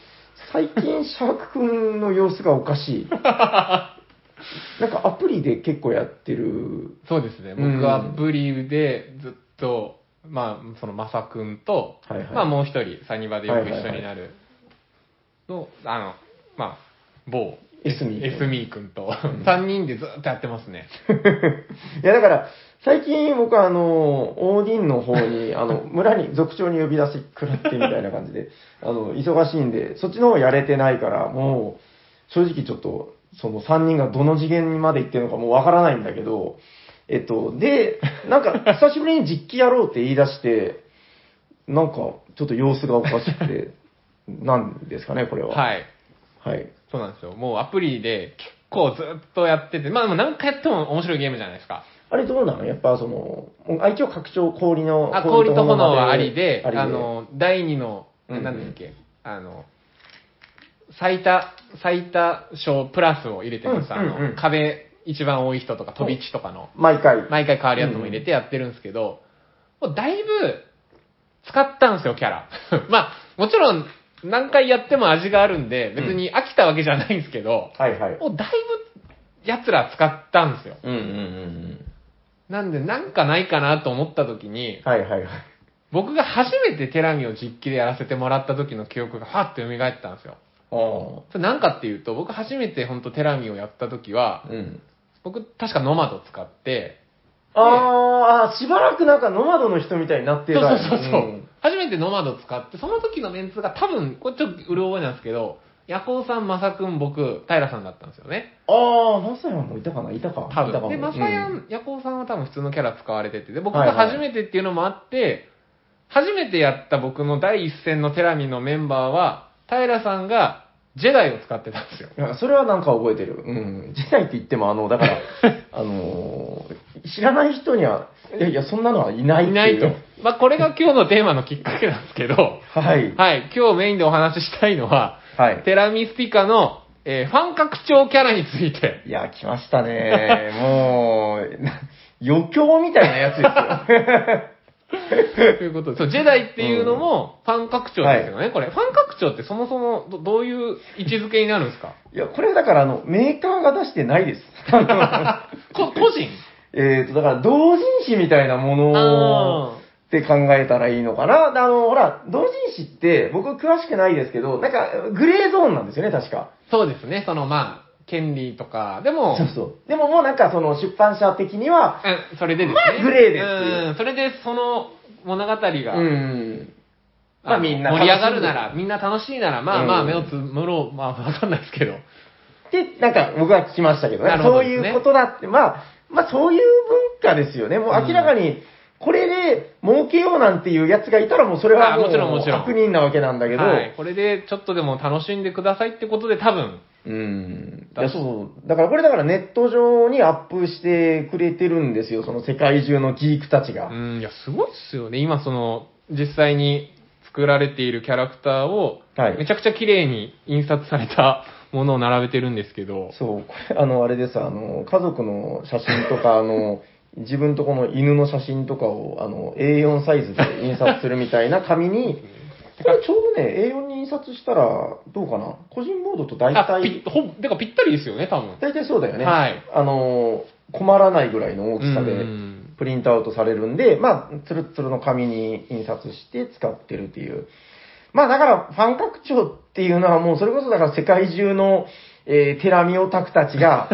Speaker 2: 最近、シャークくんの様子がおかし
Speaker 1: *laughs*
Speaker 2: い。なんかアプリで結構やってる。
Speaker 1: そうですね。
Speaker 2: うん
Speaker 1: 僕はアプリでずっと、まあ、その、まさくんと、
Speaker 2: はいはい
Speaker 1: まあ、もう一人、サニバでよく一緒
Speaker 2: はいはいはい
Speaker 1: になる、の、あの、まあ、某、
Speaker 2: エスミー君
Speaker 1: エスミー君と、3人でずっとやってますね。
Speaker 2: いや、だから、最近僕はあの、オーディンの方に、
Speaker 1: *laughs*
Speaker 2: あの、村に族長に呼び出してくらってみたいな感じで、あの、忙しいんで、そっちの方やれてないから、もう、正直ちょっと、その3人がどの次元にまで行ってるのかもうわからないんだけど、えっと、で、なんか、久しぶりに実機やろうって言い出して、なんか、ちょっと様子がおかしくて、 *laughs* なんですかね、これは。
Speaker 1: はい。
Speaker 2: はい。
Speaker 1: そうなんですよ。もうアプリで結構ずっとやってて、まあでも何回やっても面白いゲームじゃないですか。
Speaker 2: あれどうなのやっぱその、もうあ一応拡張氷の、
Speaker 1: あ、氷と炎はありで、
Speaker 2: あり
Speaker 1: あの、第2の、
Speaker 2: うん
Speaker 1: なんだっけ、あの、最多、最多賞プラスを入れてます。あ
Speaker 2: うんうんう
Speaker 1: の
Speaker 2: ん、
Speaker 1: 壁一番多い人とか飛び地とかの、
Speaker 2: 毎回。
Speaker 1: 毎回変わるやつも入れてやってるんですけど、もうだいぶ使ったんですよ、キャラ。 *laughs* まあ、もちろん何回やっても味があるんで、別に飽きたわけじゃないんですけど、
Speaker 2: はいはい。
Speaker 1: もうだいぶ奴ら使ったんですよ。
Speaker 2: うんうんうん
Speaker 1: なんで、なんかないかなと思った時に
Speaker 2: うん。、はいはいはい。
Speaker 1: 僕が初めてテラミを実機でやらせてもらった時の記憶がファッと蘇ったんですよ。
Speaker 2: あ
Speaker 1: それなんかっていうと、僕初めて本当テラミをやった時は
Speaker 2: あ。、うん。
Speaker 1: 僕確かノマド使って、
Speaker 2: あーあー、しばらくなんかノマドの人みたいになって
Speaker 1: そう
Speaker 2: た
Speaker 1: そ
Speaker 2: よ
Speaker 1: うそうそう、初めてノマド使って、その時のメンツが多分、これちょっとうる覚えなんですけど、ヤコウさん、マサ君、僕、平さんだったんですよね。
Speaker 2: ん。ああ、マサヤンもいたかないたか。
Speaker 1: 多
Speaker 2: いたか
Speaker 1: 分。
Speaker 2: も
Speaker 1: で、マサヤ
Speaker 2: うん
Speaker 1: ン、ヤコウさんは多分普通のキャラ使われてて、で、僕
Speaker 2: はい
Speaker 1: が
Speaker 2: はい
Speaker 1: 初めてっていうのもあって、初めてやった僕の第一戦のテラミのメンバーは、平さんがジェダイを使ってたんですよ。
Speaker 2: いやそれはなんか覚えてる。うん。時代って言っても、あの、だから、あのー知らない人には、いやいや、そんなのはいないって
Speaker 1: いないと
Speaker 2: う。
Speaker 1: *laughs* まあ、これが今日のテーマのきっかけなんですけど、
Speaker 2: はい。
Speaker 1: はい、今日メインでお話ししたいのは、
Speaker 2: はい。
Speaker 1: テラミスピカの、えーファン拡張キャラについ
Speaker 2: *laughs*
Speaker 1: て。
Speaker 2: いや、来ましたね。もう、な余興みたいなやつですよ。
Speaker 1: ということで、そう、ジェダイっていうのも、ファン拡張ですよね、これ。ファン拡張ってそもそもど、どういう位置づけになるんです
Speaker 2: *laughs*
Speaker 1: か
Speaker 2: いや、これだから、あの、メーカーが出してない *laughs* です。あ
Speaker 1: こ個人
Speaker 2: のえっと、だから、同人誌みたいなもの
Speaker 1: あ
Speaker 2: って考えたらいいのかな。であの、ほら、同人誌って、僕詳しくないですけど、なんか、グレーゾーンなんですよね、確か。
Speaker 1: ーそうですね、そのまあ、権利とか、でも、
Speaker 2: そうそう。でももうなんか、その、出版社的には、
Speaker 1: うんそれでですね。
Speaker 2: まあグレーです
Speaker 1: うん、それでその物語が、
Speaker 2: うん。まあ
Speaker 1: の
Speaker 2: みんな
Speaker 1: 盛り上がる
Speaker 2: 楽しんで
Speaker 1: なら、みんな楽しいなら、まあまあ
Speaker 2: うん
Speaker 1: 目をつむろう、まあ *laughs* わかんないですけど。
Speaker 2: って、なんか僕は聞きましたけどね
Speaker 1: なるほ
Speaker 2: そ
Speaker 1: ど
Speaker 2: う
Speaker 1: ですね
Speaker 2: いうことだって、まあ、まあそういう文化ですよね。もう明らかに、これで儲けようなんていうやつがいたらもうそれは
Speaker 1: あもちろんもちろん
Speaker 2: 悪人なわけなんだけど、
Speaker 1: はい、これでちょっとでも楽しんでくださいってことで多分、
Speaker 2: うん。いや、そう。だからこれだからネット上にアップしてくれてるんですよ。その世界中のギークたちが。
Speaker 1: うん、いや、すごいっすよね。今、その、実際に作られているキャラクターを、
Speaker 2: はい
Speaker 1: めちゃくちゃ綺麗に印刷されたものを並べてるんですけど、
Speaker 2: そう、これ、あの、あれです、あの、家族の写真とか、あの、自分とこの犬の写真とかを、あの、A4 サイズで印刷するみたいな紙に、これちょうどね、A4 に印刷したら、どうかな個人ボードと大
Speaker 1: あ、ぴ
Speaker 2: 体、
Speaker 1: ほん、てかぴったりですよね、多分。
Speaker 2: 大体そうだよね。
Speaker 1: はい
Speaker 2: あの、困らないぐらいの大きさ
Speaker 1: う
Speaker 2: で、
Speaker 1: ん
Speaker 2: プリントアウトされるんで、まあ、つるつるの紙に印刷して使ってるっていう。まあ、だから、ファン拡張っていうのはもう、それこそだから世界中の、えー、テラミオタクたちが、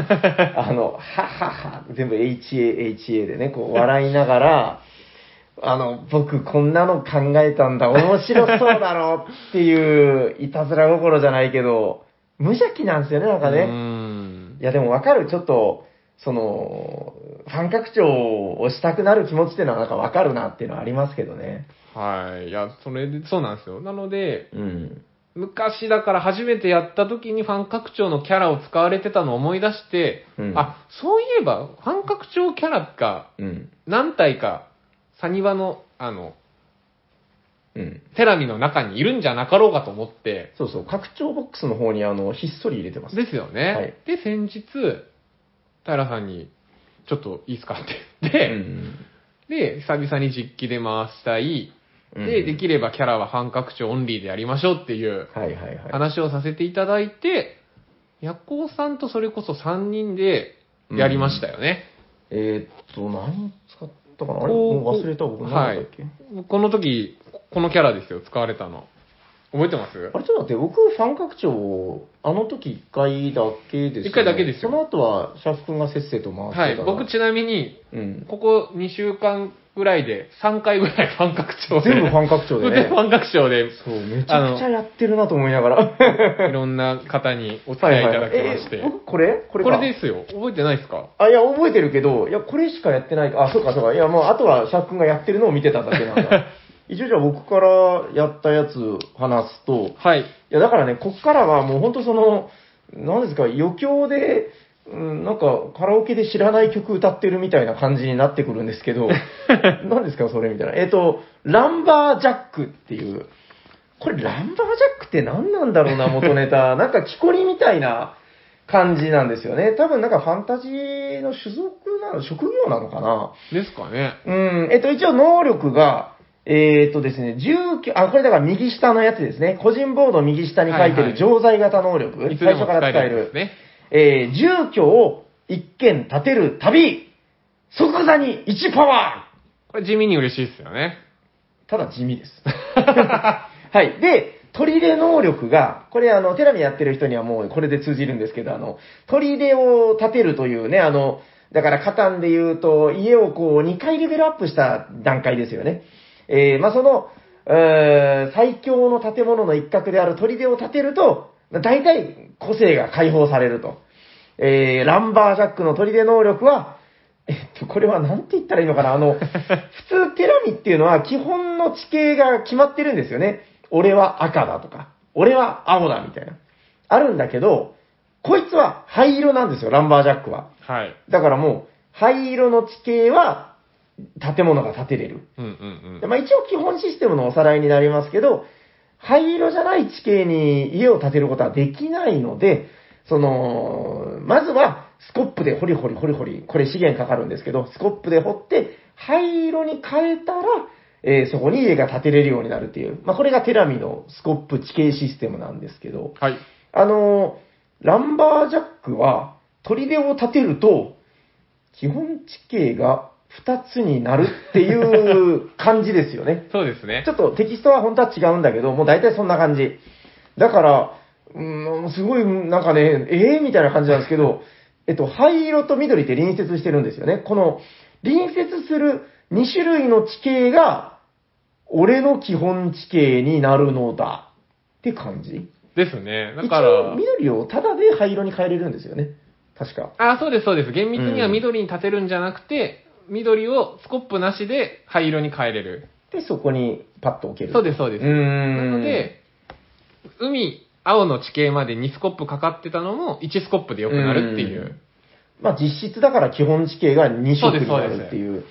Speaker 2: あの、はっはっは、全部 HA、HA でね、こう笑いながら、あの、僕こんなの考えたんだ、面白そうだろうっていう、いたずら心じゃないけど、無邪気なんですよね、なんか
Speaker 1: うー
Speaker 2: ね。
Speaker 1: ん
Speaker 2: いや、でもわかる、ちょっと、その、ファン拡張をしたくなる気持ちっていうのはなんかわかるなっていうのはありますけどね。
Speaker 1: はい。いや、それで、そうなんですよ。なので、
Speaker 2: うん。
Speaker 1: 昔だから初めてやった時にファン拡張のキャラを使われてたのを思い出して、
Speaker 2: うん
Speaker 1: あ、そういえば、ファン拡張キャラが
Speaker 2: うん。
Speaker 1: 何体か、サニバの、あの、
Speaker 2: うん。
Speaker 1: テラミの中にいるんじゃなかろうかと思って、
Speaker 2: そうそう、拡張ボックスの方にあの、ひっそり入れてます。
Speaker 1: ですよね。
Speaker 2: はい
Speaker 1: で、先日、平さんに、ちょっといいですかって言って、
Speaker 2: うん
Speaker 1: で、久々に実機で回したい。
Speaker 2: うん
Speaker 1: で、できればキャラは半角調オンリーでやりましょうっていう
Speaker 2: はいはいはい。
Speaker 1: 話をさせていただいて、夜行さんとそれこそ3人でやりましたよね。
Speaker 2: えーっと、何使ったかなあれ
Speaker 1: こう
Speaker 2: もう忘れた僕何だったっけ、
Speaker 1: この時、このキャラですよ、使われたの。覚えてます
Speaker 2: あれちょっと待って、僕、ファン拡張を、あの時一回だけですよね、
Speaker 1: 一回だけですよ
Speaker 2: その後は、シャープ君がせっせと回してた
Speaker 1: はい。
Speaker 2: な
Speaker 1: 僕ちなみに、
Speaker 2: うん。
Speaker 1: ここ2週間ぐらいで3回ぐらい半角調で。
Speaker 2: 全部ファン拡張
Speaker 1: *laughs*
Speaker 2: で
Speaker 1: 全
Speaker 2: ね
Speaker 1: 部。半角調で、
Speaker 2: そう、めちゃくちゃやってるなと思いながら。
Speaker 1: いろんな方にお付き合いいただきまして。
Speaker 2: えー僕、これこれ
Speaker 1: こ
Speaker 2: か
Speaker 1: れですよ。覚えてないですか
Speaker 2: あ、いや、覚えてるけど、いや、これしかやってないか。あ、そうか、そうか。いや、もう、あとは、シャーク君がやってるのを見てただけなん
Speaker 1: *laughs*
Speaker 2: だ。一応、じゃあ、僕からやったやつ話すと、
Speaker 1: はい。
Speaker 2: いや、だからね、こっからはもう本当その、なんですか、余興で、うん、なんかカラオケで知らない曲歌ってるみたいな感じになってくるんですけど、何ですか、それみたいな。えっ、と、ランバージャックっていう、これランバージャックって何なんだろうな、元ネタ。なんか木こりみたいな感じなんですよね。多分なんかファンタジーの種族なの、職業なのかな。
Speaker 1: ですかね。
Speaker 2: うん、えっと、一応能力が、えーっとですね、19、あ、これだから右下のやつですね。個人ボード右下に書いて
Speaker 1: はいは
Speaker 2: る
Speaker 1: い
Speaker 2: 常在型能力。
Speaker 1: いつで
Speaker 2: 最
Speaker 1: も使
Speaker 2: 初から
Speaker 1: え
Speaker 2: 使え
Speaker 1: るんで
Speaker 2: る
Speaker 1: す。ね。
Speaker 2: えー住居を一軒建てる旅即座に1パワ
Speaker 1: これ地味に嬉しいですよね。
Speaker 2: ーただ地味です。 *laughs* はい。で、取り出能力が、これあの、テラミやってる人にはもうこれで通じるんですけど、あの、取り出を建てるというね、あの、だから、カタンで言うと、家をこう、2回レベルアップした段階ですよね。えー、まあ、その、えー最強の建物の一角である砦を建てると、まあ大体、個性が解放されると。えー、ランバージャックの砦能力は、えっと、これはなんて言ったらいいのかなあの、普通、テラミっていうのは基本の地形が決まってるんですよね。俺は赤だとか、俺は青だみたいな。あるんだけど、こいつは灰色なんですよ、ランバージャックは。
Speaker 1: はい。
Speaker 2: だからもう、灰色の地形は、建物が建てれる。
Speaker 1: うんう
Speaker 2: で
Speaker 1: ん
Speaker 2: まあ、一応基本システムのおさらいになりますけど、灰色じゃない地形に家を建てることはできないので、その、まずはスコップでホリホリホリホリ、これ資源かかるんですけど、スコップで掘って灰色に変えたら、えーそこに家が建てれるようになるっていう。まあ、これがテラミのスコップ地形システムなんですけど、
Speaker 1: うん。はい。
Speaker 2: あのーランバージャックは、砦を立てると、基本地形が2つになるっていう感じです
Speaker 1: *laughs*
Speaker 2: よね。
Speaker 1: そうですね
Speaker 2: ち。ょっとテキストは本当は違うんだけど、もう大体そんな感じ。だから、うん、すごい、なんかね、ええー、みたいな感じなんですけど、えっと、灰色と緑って隣接してるんですよね。この、隣接する2種類の地形が、俺の基本地形になるのだ。って感じ
Speaker 1: ですね。だ
Speaker 2: 一
Speaker 1: か
Speaker 2: 応
Speaker 1: ら、
Speaker 2: 緑をタダで灰色に変えれるんですよね。確か。
Speaker 1: あ、そうですそうです。厳密には
Speaker 2: うん
Speaker 1: 緑に立てるんじゃなくて、緑をスコップなしで灰色に変えれる。
Speaker 2: で、そこにパッと置ける。
Speaker 1: そうですそうです。
Speaker 2: うーん。。
Speaker 1: なので、海、青の地形まで2スコップかかってたのも1スコップで良くなるっていううん
Speaker 2: まあ実質だから基本地形が2色になるっていう。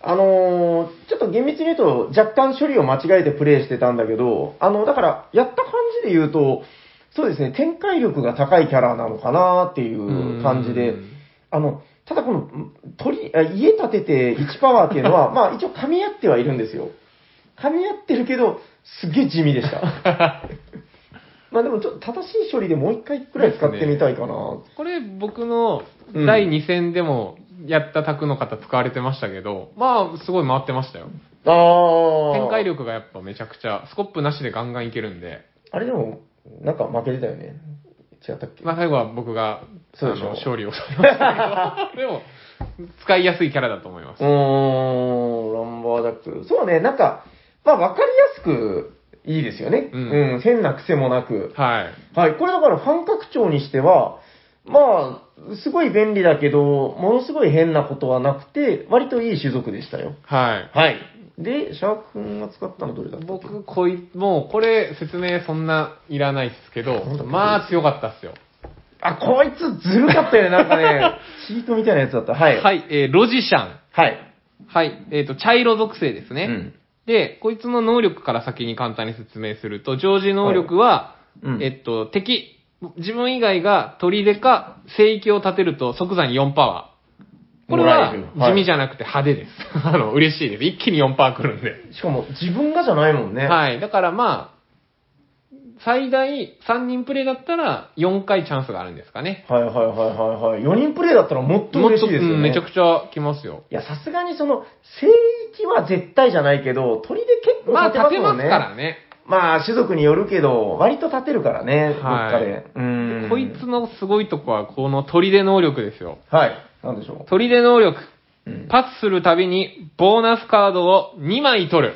Speaker 2: あのーちょっと厳密に言うと若干処理を間違えてプレイしてたんだけど、あの、だからやった感じで言うと、そうですね、展開力が高いキャラなのかなっていう感じで、
Speaker 1: うん
Speaker 2: あの、ただこの、鳥、あ家建てて1パワーっていう
Speaker 1: *laughs*
Speaker 2: のは、まあ一応噛み合ってはいるんですよ。噛み合ってるけど、すげえ地味でした。
Speaker 1: *laughs*
Speaker 2: まあでもちょっと正しい処理でもう一回くらい使ってみたいかな。
Speaker 1: これ僕の
Speaker 2: うん
Speaker 1: 第2戦でもやった卓の方使われてましたけど、まあすごい回ってましたよ。
Speaker 2: ああ。
Speaker 1: 展開。力がやっぱめちゃくちゃ、スコップなしでガンガンいけるんで、
Speaker 2: あれでも、なんか負けてたよね。違ったっけ、
Speaker 1: まあ最後は僕が、あ
Speaker 2: そうでしょ
Speaker 1: の、勝利をされま *laughs* したけど、でも、使いやすいキャラだと思います
Speaker 2: う。ーん、ランバージャッつ。そうね、なんか、まあ、わかりやすく、いいですよね。
Speaker 1: うん
Speaker 2: うん、変な癖もなく。
Speaker 1: はい。
Speaker 2: はい。これだから、ファン拡張にしては、まあ、すごい便利だけど、ものすごい変なことはなくて、割といい種族でしたよ。
Speaker 1: はい。
Speaker 2: はい。で、シャーク君が使ったのどれだったっけ
Speaker 1: 僕、こい、もう、これ、説明そんないらないですけど
Speaker 2: なんだ、
Speaker 1: まあ、強かったっすよ。
Speaker 2: あ、こいつずるかったよね、なん
Speaker 1: *laughs*
Speaker 2: かね。チートみたいなやつだった。はい。。
Speaker 1: はいい、えーロジシャン。
Speaker 2: はい。
Speaker 1: はい、えっ、と、茶色属性ですね。
Speaker 2: うん
Speaker 1: で、こいつの能力から先に簡単に説明すると、常時能力は、
Speaker 2: はいうん
Speaker 1: えっと、敵、自分以外が砦か聖域を立てると即座に4パワー。これは
Speaker 2: もらえる
Speaker 1: 地味じゃなくて派手です。 *laughs* あの、嬉しいです。一気に4パー来るんで。
Speaker 2: しかも、自分がじゃないもんね。い。
Speaker 1: はい。だからまあ、最大3人プレイだったら4回チャンスがあるんですかね。
Speaker 2: はいはいはいはいはい。4人プレイだったらもっと嬉しいですよね。
Speaker 1: うんめちゃくちゃ来ますよ。
Speaker 2: いや、さすがにその、聖域は絶対じゃないけど、鳥で結構
Speaker 1: まあ、
Speaker 2: 立てま
Speaker 1: 立
Speaker 2: す
Speaker 1: て
Speaker 2: も
Speaker 1: ま
Speaker 2: ん
Speaker 1: す
Speaker 2: ね。
Speaker 1: からね。
Speaker 2: まあ、種族によるけど、割と立てるからね、どっかで。うーん。
Speaker 1: こいつ。のすごいとこは、この砦能力ですよ。
Speaker 2: はい。なんでしょ
Speaker 1: 砦能力。
Speaker 2: う。うん、
Speaker 1: パスするたびに、ボーナスカードを2枚
Speaker 2: *laughs*
Speaker 1: 取る。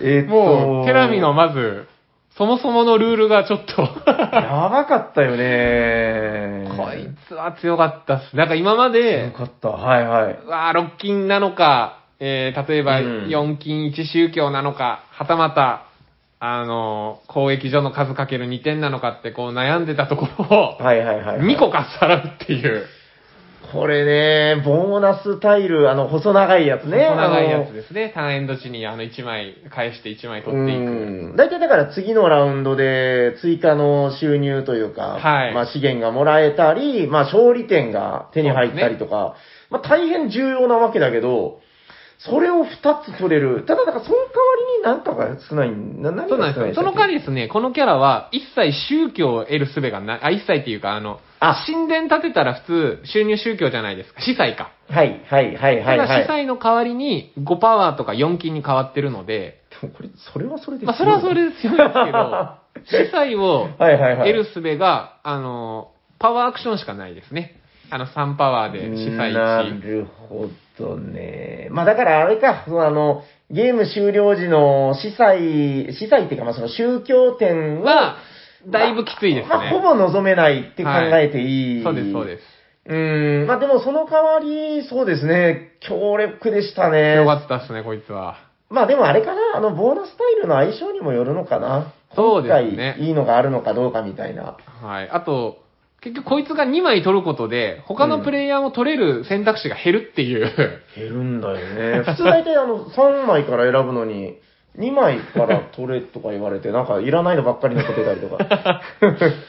Speaker 2: えーっと
Speaker 1: もう、テラミのまず、そもそものルールがちょっと、
Speaker 2: やばかったよね。
Speaker 1: *laughs* こいつは強かったっす。なんか今まで。
Speaker 2: よ、かった。はいはいう
Speaker 1: わー6金なのか、えー、例えば
Speaker 2: うん
Speaker 1: 4金1宗教なのか、はたまた、あのー、攻撃所の数かける2点なのかってこう悩んでたところ
Speaker 2: はいはいはい、
Speaker 1: を、
Speaker 2: はい。
Speaker 1: 2個かっさらうっていう。
Speaker 2: これね、ボーナスタイル、あの、細長いやつね。
Speaker 1: 長いやつですね。ターンエンド時にあの1枚返して1枚
Speaker 2: あの
Speaker 1: 取っていく。
Speaker 2: うん大体だから次のラウンドで追加の収入というか、
Speaker 1: はい
Speaker 2: まあ資源がもらえたり、まあ勝利点が手に入ったりとか、まあ大変重要なわけだけど、それを2つ取れる。ただだからその代わりに何かが少ない、な何
Speaker 1: そ
Speaker 2: か
Speaker 1: うなんで
Speaker 2: が
Speaker 1: す
Speaker 2: 少ない
Speaker 1: よ。その代わりですね、このキャラは一切宗教を得る術がない、あ、一切っていうか、あの、
Speaker 2: あ
Speaker 1: 神殿建てたら普通収入宗教じゃないですか。司祭か。
Speaker 2: はい、はい、はい、はい、
Speaker 1: ただ司
Speaker 2: はい。
Speaker 1: 祭の代わりに5パワーとか4金に変わってるので、
Speaker 2: でもこれ、それはそれで
Speaker 1: まあそれはそれで強いんですけど、
Speaker 2: *laughs*
Speaker 1: 司祭を
Speaker 2: はいはいはい
Speaker 1: 得る術が、あの、パワーアクションしかないですね。あの3パワーで司祭
Speaker 2: な
Speaker 1: 1。
Speaker 2: るほどね。まあだからあれか、そのあの、ゲーム終了時の司祭、司祭っていうかまあその宗教点は、
Speaker 1: は、だいぶきついですね。
Speaker 2: まあほぼ望めないって考えていい。。
Speaker 1: そうです、そうですす。
Speaker 2: うーん、まあでもその代わり、そうですね、強力でしたね。
Speaker 1: 強かったっすね、こいつは。
Speaker 2: まあでもあれかな、あの、ボーナスタイルの相性にもよるのかな。
Speaker 1: そうですね
Speaker 2: 今回いいのがあるのかどうかみたいな。
Speaker 1: はい。あと、結局こいつが2枚取ることで、他のプレイヤーも取れる選択肢が減るっていう、
Speaker 2: 減るんだよね。 *laughs* 普通大体あの、3枚から選ぶのに、2枚から取れとか言われて、なんかいらないのばっかり残ってたりとか。 *laughs*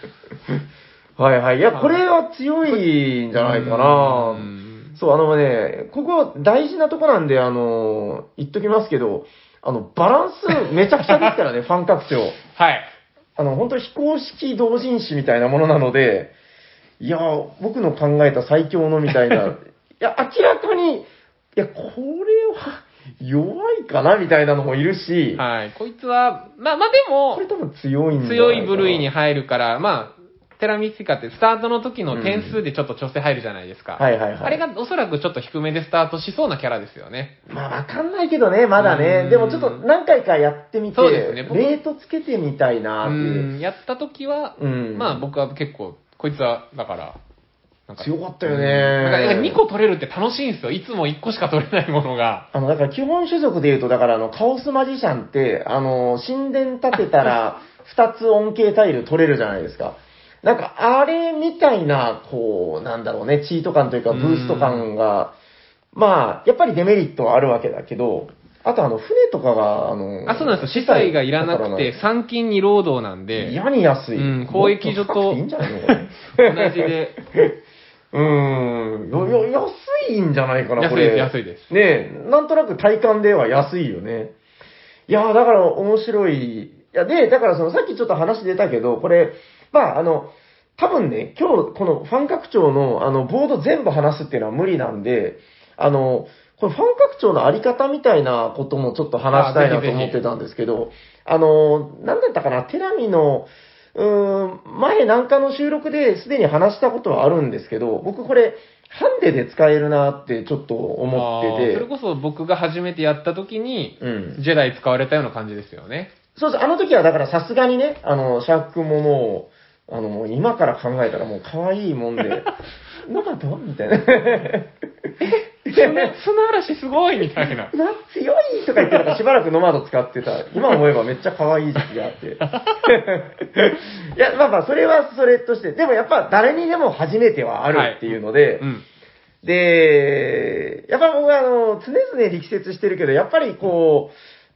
Speaker 2: はいはい。いや、これは強いんじゃないかな
Speaker 1: う。ん
Speaker 2: そう、あのね、ここ大事なとこなんで、あの、言っときますけど、あの、バランスめちゃくちゃですからね、ファン拡張。
Speaker 1: はい。
Speaker 2: あの、本当非公式同人誌みたいなものなので、いやー、僕の考えた最強のみた
Speaker 1: *laughs*
Speaker 2: いな、いや、明らかに、いや、これは弱いかなみたいなのもいるし、
Speaker 1: はい。こいつは、まあまあ
Speaker 2: これ
Speaker 1: で
Speaker 2: 多分強いん
Speaker 1: も、
Speaker 2: だ
Speaker 1: 強い部類に入るから、まあ、テラミスティカってスタートの時の点数でちょっと調整入るじゃないですか。
Speaker 2: はいはいはい。
Speaker 1: あれがおそらくちょっと低めでスタートしそうなキャラですよね。
Speaker 2: まあわかんないけどね、まだ
Speaker 1: う
Speaker 2: ね。
Speaker 1: ん
Speaker 2: でもちょっと何回かやってみて、
Speaker 1: そうですね僕
Speaker 2: レートつけてみたいなってい
Speaker 1: う
Speaker 2: う。
Speaker 1: んやった時は、
Speaker 2: うん
Speaker 1: まあ僕は結構、こいつは、だから、なんか
Speaker 2: 強かったよ
Speaker 1: なんかなんか
Speaker 2: ね。
Speaker 1: 2個取れるって楽しいんですよ。いつも1個しか取れないものが。
Speaker 2: あの、だから基本種族で言うと、だからあの、カオスマジシャンって、あの、神殿建て
Speaker 1: *laughs*
Speaker 2: たら、二つ恩恵タイル取れるじゃないですか。なんか、あれみたいな、こう、なんだろうね、チート感というか、ブースト感が、まあ、やっぱりデメリットはあるわけだけど、あとあの、船とかが、あの、
Speaker 1: あ、そうなんですよ。司祭がいらなくて、参勤二労働なんで、
Speaker 2: 嫌に安い。
Speaker 1: うん交易所と
Speaker 2: もっ高くていいんじゃないのこ
Speaker 1: *laughs* 同
Speaker 2: れ
Speaker 1: じ
Speaker 2: *laughs*
Speaker 1: で、
Speaker 2: うーん。よ、よ、安いんじゃないかな、
Speaker 1: 安
Speaker 2: こ
Speaker 1: いで
Speaker 2: れ。
Speaker 1: す、安いです。
Speaker 2: ねえ、なんとなく体感では安いよね。いやー、だから面白い。いや、で、だからその、さっきちょっと話出たけど、これ、まあ、あの、多分ね、今日、このファン拡張の、あの、ボード全部話すっていうのは無理なんで、あの、これファン拡張のあり方みたいなこともちょっと話したいな
Speaker 1: あぜ
Speaker 2: と
Speaker 1: ひぜひ
Speaker 2: 思ってたんですけど、あの、なんだったかな、テラミの、うーん、前なんかの収録ですでに話したことはあるんですけど、僕これ、ハンデで使えるなってちょっと思って
Speaker 1: あー
Speaker 2: て。
Speaker 1: それこそ僕が初めてやった時に、
Speaker 2: うん。
Speaker 1: ジェダイ使われたような感じですよね。
Speaker 2: そうそう、あの時はだからさすがにね、あの、シャーク君ももう、あの、もう今から考えたらもう可愛いもん
Speaker 1: *laughs*
Speaker 2: で、なかったみたいな。
Speaker 1: *laughs* 砂砂嵐すごいみたいな。
Speaker 2: *laughs* な、強いとか言って、なんかしばらくノマド使ってた。今思えばめっちゃ可愛い時期が
Speaker 1: *laughs*
Speaker 2: あって。 *laughs* いや、まあまあ、それはそれとして、でもやっぱ誰にでも初めてはあるっていうので、
Speaker 1: うん。
Speaker 2: で、やっぱ僕はあの、常々力説してるけど、やっぱりこ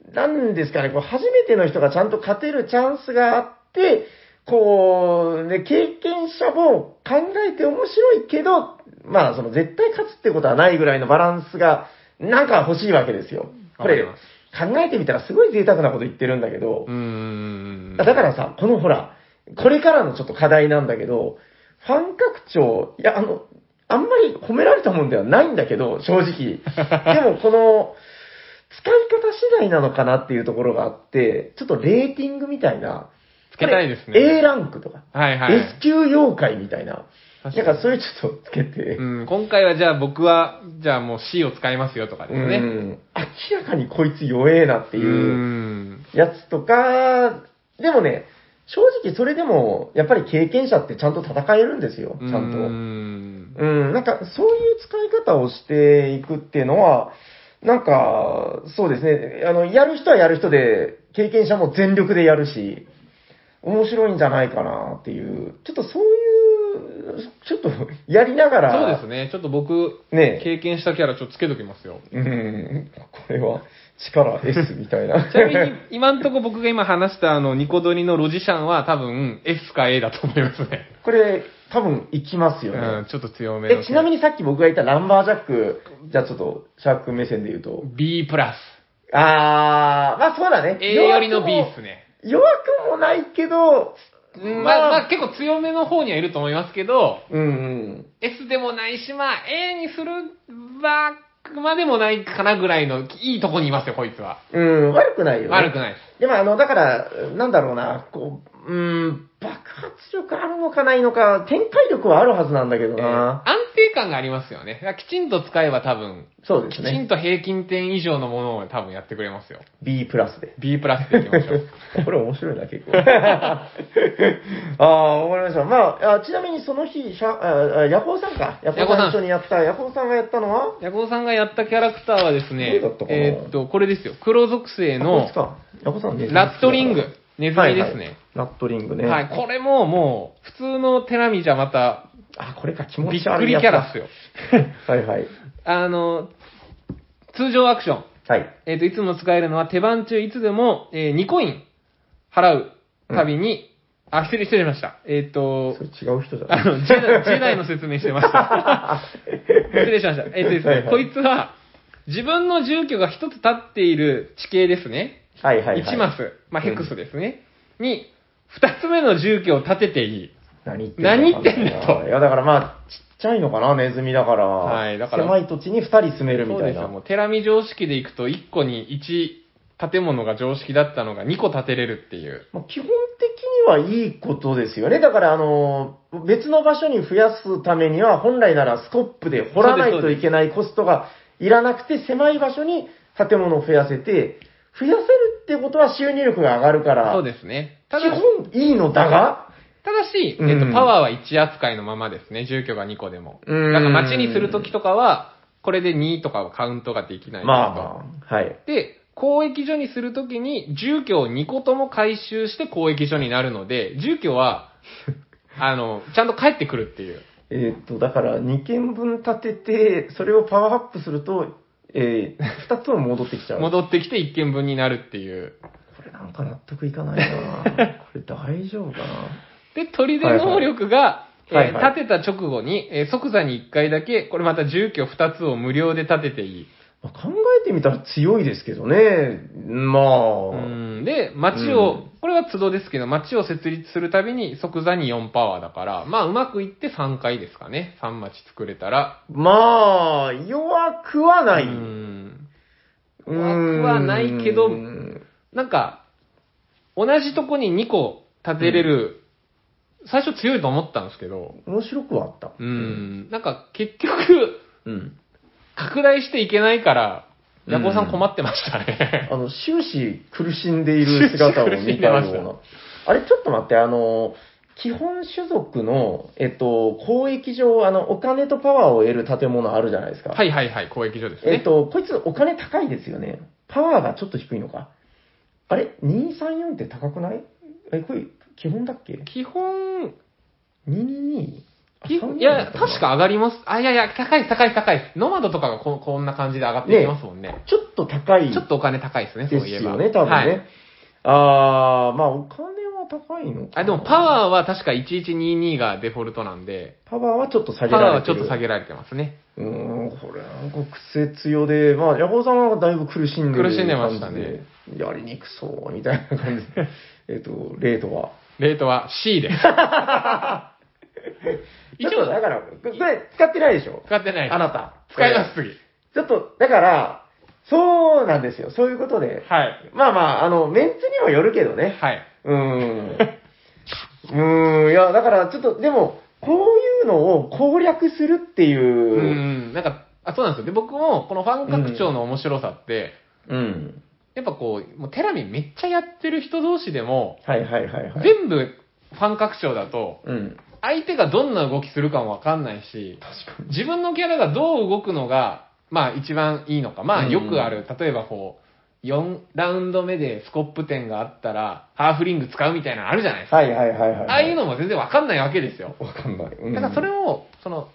Speaker 2: う、なんですかね、こう、初めての人がちゃんと勝てるチャンスがあって、こう、ね、経験者も考えて面白いけど、まあ、その絶対勝つってことはないぐらいのバランスが、なんか欲しいわけですよ。これ、
Speaker 1: わかりま
Speaker 2: 考えてみたらすごい贅沢なこと言ってるんだけど、
Speaker 1: うーん。
Speaker 2: だからさ、このほら、これからのちょっと課題なんだけど、ファン拡張、いや、あの、あんまり褒められたもんではないんだけど、正
Speaker 1: *laughs*
Speaker 2: 直。でも、この、使い方次第なのかなっていうところがあって、ちょっとレーティングみたいな。
Speaker 1: つけたいです
Speaker 2: これ A
Speaker 1: ね。
Speaker 2: ランクとか、
Speaker 1: はいはい。
Speaker 2: S 級妖怪みたいな。だ
Speaker 1: 確か
Speaker 2: か
Speaker 1: に
Speaker 2: ら、それちょっとつけて。
Speaker 1: うん、今回はじゃあ僕は、じゃあもう C を使いますよとかです
Speaker 2: う
Speaker 1: ね。
Speaker 2: ん明らかにこいつ弱えなって
Speaker 1: う
Speaker 2: いう。
Speaker 1: ん。
Speaker 2: やつとか、でもね、正直それでも、やっぱり経験者ってちゃんと戦えるんですよ、ちゃ
Speaker 1: うー
Speaker 2: ん
Speaker 1: ん
Speaker 2: と。うん、なんかそういう使い方をしていくっていうのは、なんか、そうですね、あの、やる人はやる人で、経験者も全力でやるし、面白いんじゃないかなっていう、ちょっとそういう、ちょっとやりなが
Speaker 1: そうで
Speaker 2: ら、
Speaker 1: すね。ちょっと僕、
Speaker 2: ね
Speaker 1: 経験したキャラちょっとつけときますよ。
Speaker 2: うん、これは力 S みたいな。
Speaker 1: ちなみに、今んとこ僕が今話したあの、ニコドリのロジシャンは多分 S か A だと思いますね。
Speaker 2: *laughs* これ、多分いきます
Speaker 1: う
Speaker 2: よね。
Speaker 1: ん、ちょっと強めの
Speaker 2: え、ちなみにさっき僕が言ったランバージャック、じゃあちょっと、シャーク目線で言うと。
Speaker 1: B プラス。
Speaker 2: あー、まあそうだね。
Speaker 1: A よりの B
Speaker 2: 弱
Speaker 1: っ
Speaker 2: く
Speaker 1: す
Speaker 2: も
Speaker 1: ね。
Speaker 2: 弱くもないけど、
Speaker 1: うんまあ、まあ結構強めの方にはいると思いますけど、
Speaker 2: うんうん。
Speaker 1: S でもないし、まあ A にするばまでもないかなぐらいの、いいとこにいますよ、こいつは。
Speaker 2: うん、悪くないよ、ね。
Speaker 1: 悪く
Speaker 2: い。
Speaker 1: ないです。
Speaker 2: でもあの、だから、なんだろうな、こう、うん、爆発力あるのかないのか、展開力はあるはずなんだけど
Speaker 1: えー
Speaker 2: な
Speaker 1: 安。定感がありますよね。だからきちんと使えば多分、
Speaker 2: そうで
Speaker 1: き
Speaker 2: す
Speaker 1: ちん
Speaker 2: ね。
Speaker 1: と平均点以上のものを多分やってくれますよ。
Speaker 2: B プラスで。
Speaker 1: B プラスでいきまし
Speaker 2: *laughs*
Speaker 1: ょう。
Speaker 2: これ面白いな、結構。 *laughs* ああ、わかりました。まあ、あちなみにその日、シャああヤホーさんか。ヤホー
Speaker 1: ヤホー
Speaker 2: さ
Speaker 1: さ
Speaker 2: ん
Speaker 1: ん
Speaker 2: 一緒にやった。ヤホーさんがやったのは
Speaker 1: ヤコウさんがやったキャラクターはですね
Speaker 2: どうだった、かな
Speaker 1: えーっと、これですよ。黒属性
Speaker 2: あこ
Speaker 1: の
Speaker 2: いつかヤホーさんネズミ
Speaker 1: ラットリング。ネズミですね。
Speaker 2: ラットリングね。
Speaker 1: はい、これももう、普通のテラミじゃまた、
Speaker 2: あ、これか、気持
Speaker 1: びっ
Speaker 2: ち悪
Speaker 1: く
Speaker 2: い
Speaker 1: り
Speaker 2: や
Speaker 1: キ
Speaker 2: つ
Speaker 1: ャラっすよ。
Speaker 2: だ *laughs* はいはい。
Speaker 1: *laughs* あの、通常アクション。
Speaker 2: はい。
Speaker 1: えっ、と、いつも使えるのは手番中いつでも、えー2コイン払うたびに、あ、失礼、失礼しました。えっ、と
Speaker 2: そ、れ違う人じゃ
Speaker 1: あ
Speaker 2: ない。
Speaker 1: の、ジェダイジェダイの説明してま
Speaker 2: *laughs*
Speaker 1: した。失礼しました。えっ、とですね、
Speaker 2: はいはい
Speaker 1: こいつは、自分の住居が一つ立っている地形ですね。
Speaker 2: はいはい、はい。
Speaker 1: 1マス、まあ、ヘクスですね。に、2つ目の住居を建てていい。
Speaker 2: 何言ってんだ
Speaker 1: 何言ってんだと
Speaker 2: いや、だからまあ、ちっちゃいのかな、ネズミだから。
Speaker 1: はいだから
Speaker 2: 狭い土地に2人住めるみ
Speaker 1: そう
Speaker 2: た
Speaker 1: で
Speaker 2: い
Speaker 1: す
Speaker 2: な。
Speaker 1: よ。もう、テラミ常識でいくと、1個に1建物が常識だったのが2個建てれるっていう。
Speaker 2: まあ基本的にはいいことですよね。だから、あの、別の場所に増やすためには、本来ならスコップで掘らない
Speaker 1: そうです
Speaker 2: と
Speaker 1: そう
Speaker 2: い
Speaker 1: です
Speaker 2: けないコストがいらなくて、狭い場所に建物を増やせて、増やせるってことは収入力が上がるから、
Speaker 1: そうですね。た
Speaker 2: 基
Speaker 1: だ、
Speaker 2: 本いいのだが、
Speaker 1: ただし、
Speaker 2: うん
Speaker 1: えっと、パワーは1扱いのままですね。住居が2個でも。だ
Speaker 2: う
Speaker 1: か
Speaker 2: ん
Speaker 1: ら街にするときとかは、これで2とかをカウントができない
Speaker 2: まあ
Speaker 1: と。
Speaker 2: まあ、はい。
Speaker 1: で、交易所にするときに、住居を2個とも回収して交易所になるので、住居
Speaker 2: *laughs*
Speaker 1: は、あの、ちゃんと帰ってくるっていう。
Speaker 2: えーっと、だから2軒分建てて、それをパワーアップすると、え2 *laughs* つも戻ってきちゃう。
Speaker 1: 戻ってきて1軒分になるっていう。
Speaker 2: これなんか納得いかな
Speaker 1: *laughs*
Speaker 2: いなこれ大丈夫かな
Speaker 1: で、砦能力が、え
Speaker 2: はいはい
Speaker 1: ー建てた直後に、えー即座に1回だけ、これまた住居2つを無料で建てていい。
Speaker 2: まあ考えてみたら強いですけどね。ま
Speaker 1: う
Speaker 2: あ。
Speaker 1: んで、町
Speaker 2: う
Speaker 1: を
Speaker 2: ん、
Speaker 1: これは都度ですけど、町を設立するたびに即座に4パワーだから、まあ、うまくいって3回ですかね。3町作れたら。
Speaker 2: まあ、弱くはない。
Speaker 1: う
Speaker 2: うん
Speaker 1: ん弱くはないけど
Speaker 2: うん
Speaker 1: なんか、同じとこに2個建てれる最初強いと思ったんですけど、
Speaker 2: 面白くはあった。
Speaker 1: うーん、なんか結局、
Speaker 2: うん。
Speaker 1: 拡大していけないから、ヤコウさ
Speaker 2: うん
Speaker 1: ん困ってましたね。
Speaker 2: あの、終始苦しんでいる姿を見た
Speaker 1: *laughs*
Speaker 2: よ
Speaker 1: 終始苦しんで
Speaker 2: う
Speaker 1: ま
Speaker 2: な。あれ、ちょっと待って、あの、基本所属の、えっと、公益上、あの、お金とパワーを得る建物あるじゃないですか。
Speaker 1: はいはいはい、交易所ですね。
Speaker 2: えっと、こいつお金高いですよね。パワーがちょっと低いのか。あれ ?234 って高くないえ、これ、基本だっけ
Speaker 1: 基本、
Speaker 2: ?222? あ
Speaker 1: 基
Speaker 2: 34
Speaker 1: 本いや、
Speaker 2: だったかな
Speaker 1: 確か上がります。あ、いやいや、高いです高いです高いです。ノマドとかがここんな感じで上がっていきますもんね。
Speaker 2: ちょっと高い
Speaker 1: ちょっとお金高いですね、そ
Speaker 2: で
Speaker 1: う
Speaker 2: す
Speaker 1: いえば。
Speaker 2: よね、多分ね。
Speaker 1: はい。
Speaker 2: あー、まあお金は高いのかな。
Speaker 1: あ、でもパワーは確か1122がデフォルトなんで、
Speaker 2: パワーはちょっと
Speaker 1: パ
Speaker 2: 下げら
Speaker 1: ワー
Speaker 2: れ
Speaker 1: は
Speaker 2: て
Speaker 1: ちょ
Speaker 2: る。
Speaker 1: っと下げられてますね。
Speaker 2: うーん、これなんか癖強で、まあ、ヤホーさんはだいぶ苦しんでる感じ
Speaker 1: 苦し
Speaker 2: で。
Speaker 1: んでましたね。
Speaker 2: やりにくそう、みたいな感じで。 *laughs* えっと、レートは。
Speaker 1: レートは C
Speaker 2: *laughs*
Speaker 1: です。一
Speaker 2: ちょっ
Speaker 1: 応
Speaker 2: と、だから、これ使ってないでしょ
Speaker 1: 使ってないです
Speaker 2: あなた。
Speaker 1: 使います、
Speaker 2: え
Speaker 1: 次。
Speaker 2: ーちょっと、だから、そうなんですよ。そういうことで。
Speaker 1: はい。
Speaker 2: まあまあ、あの、メンツにもよるけどね。
Speaker 1: はい。
Speaker 2: う
Speaker 1: *laughs*
Speaker 2: ーん。うーん、いや、だから、ちょっと、でも、こういうのを攻略するっていうう。
Speaker 1: ん、なんか、あ、そうなんですよ。で、僕も、このファン拡張の面白さって、
Speaker 2: うん。
Speaker 1: やっぱこう、もうテラミめっちゃやってる人同士でも、
Speaker 2: はいはいはいはい。
Speaker 1: 全部ファン拡張だと、
Speaker 2: うん。
Speaker 1: 相手がどんな動きするかもわかんないし、
Speaker 2: 確かに。
Speaker 1: 自分のキャラがどう動くのが、まあ一番いいのか。ま
Speaker 2: う
Speaker 1: あ
Speaker 2: ん
Speaker 1: よくある、例えばこう、4ラウンド目でスコップ点があったら、ハーフリング使うみたいなのあるじゃないですか。
Speaker 2: はいはいはいはい。
Speaker 1: ああいうのも全然わかんないわけですよ。
Speaker 2: わかんない。うん
Speaker 1: だからそれを、その、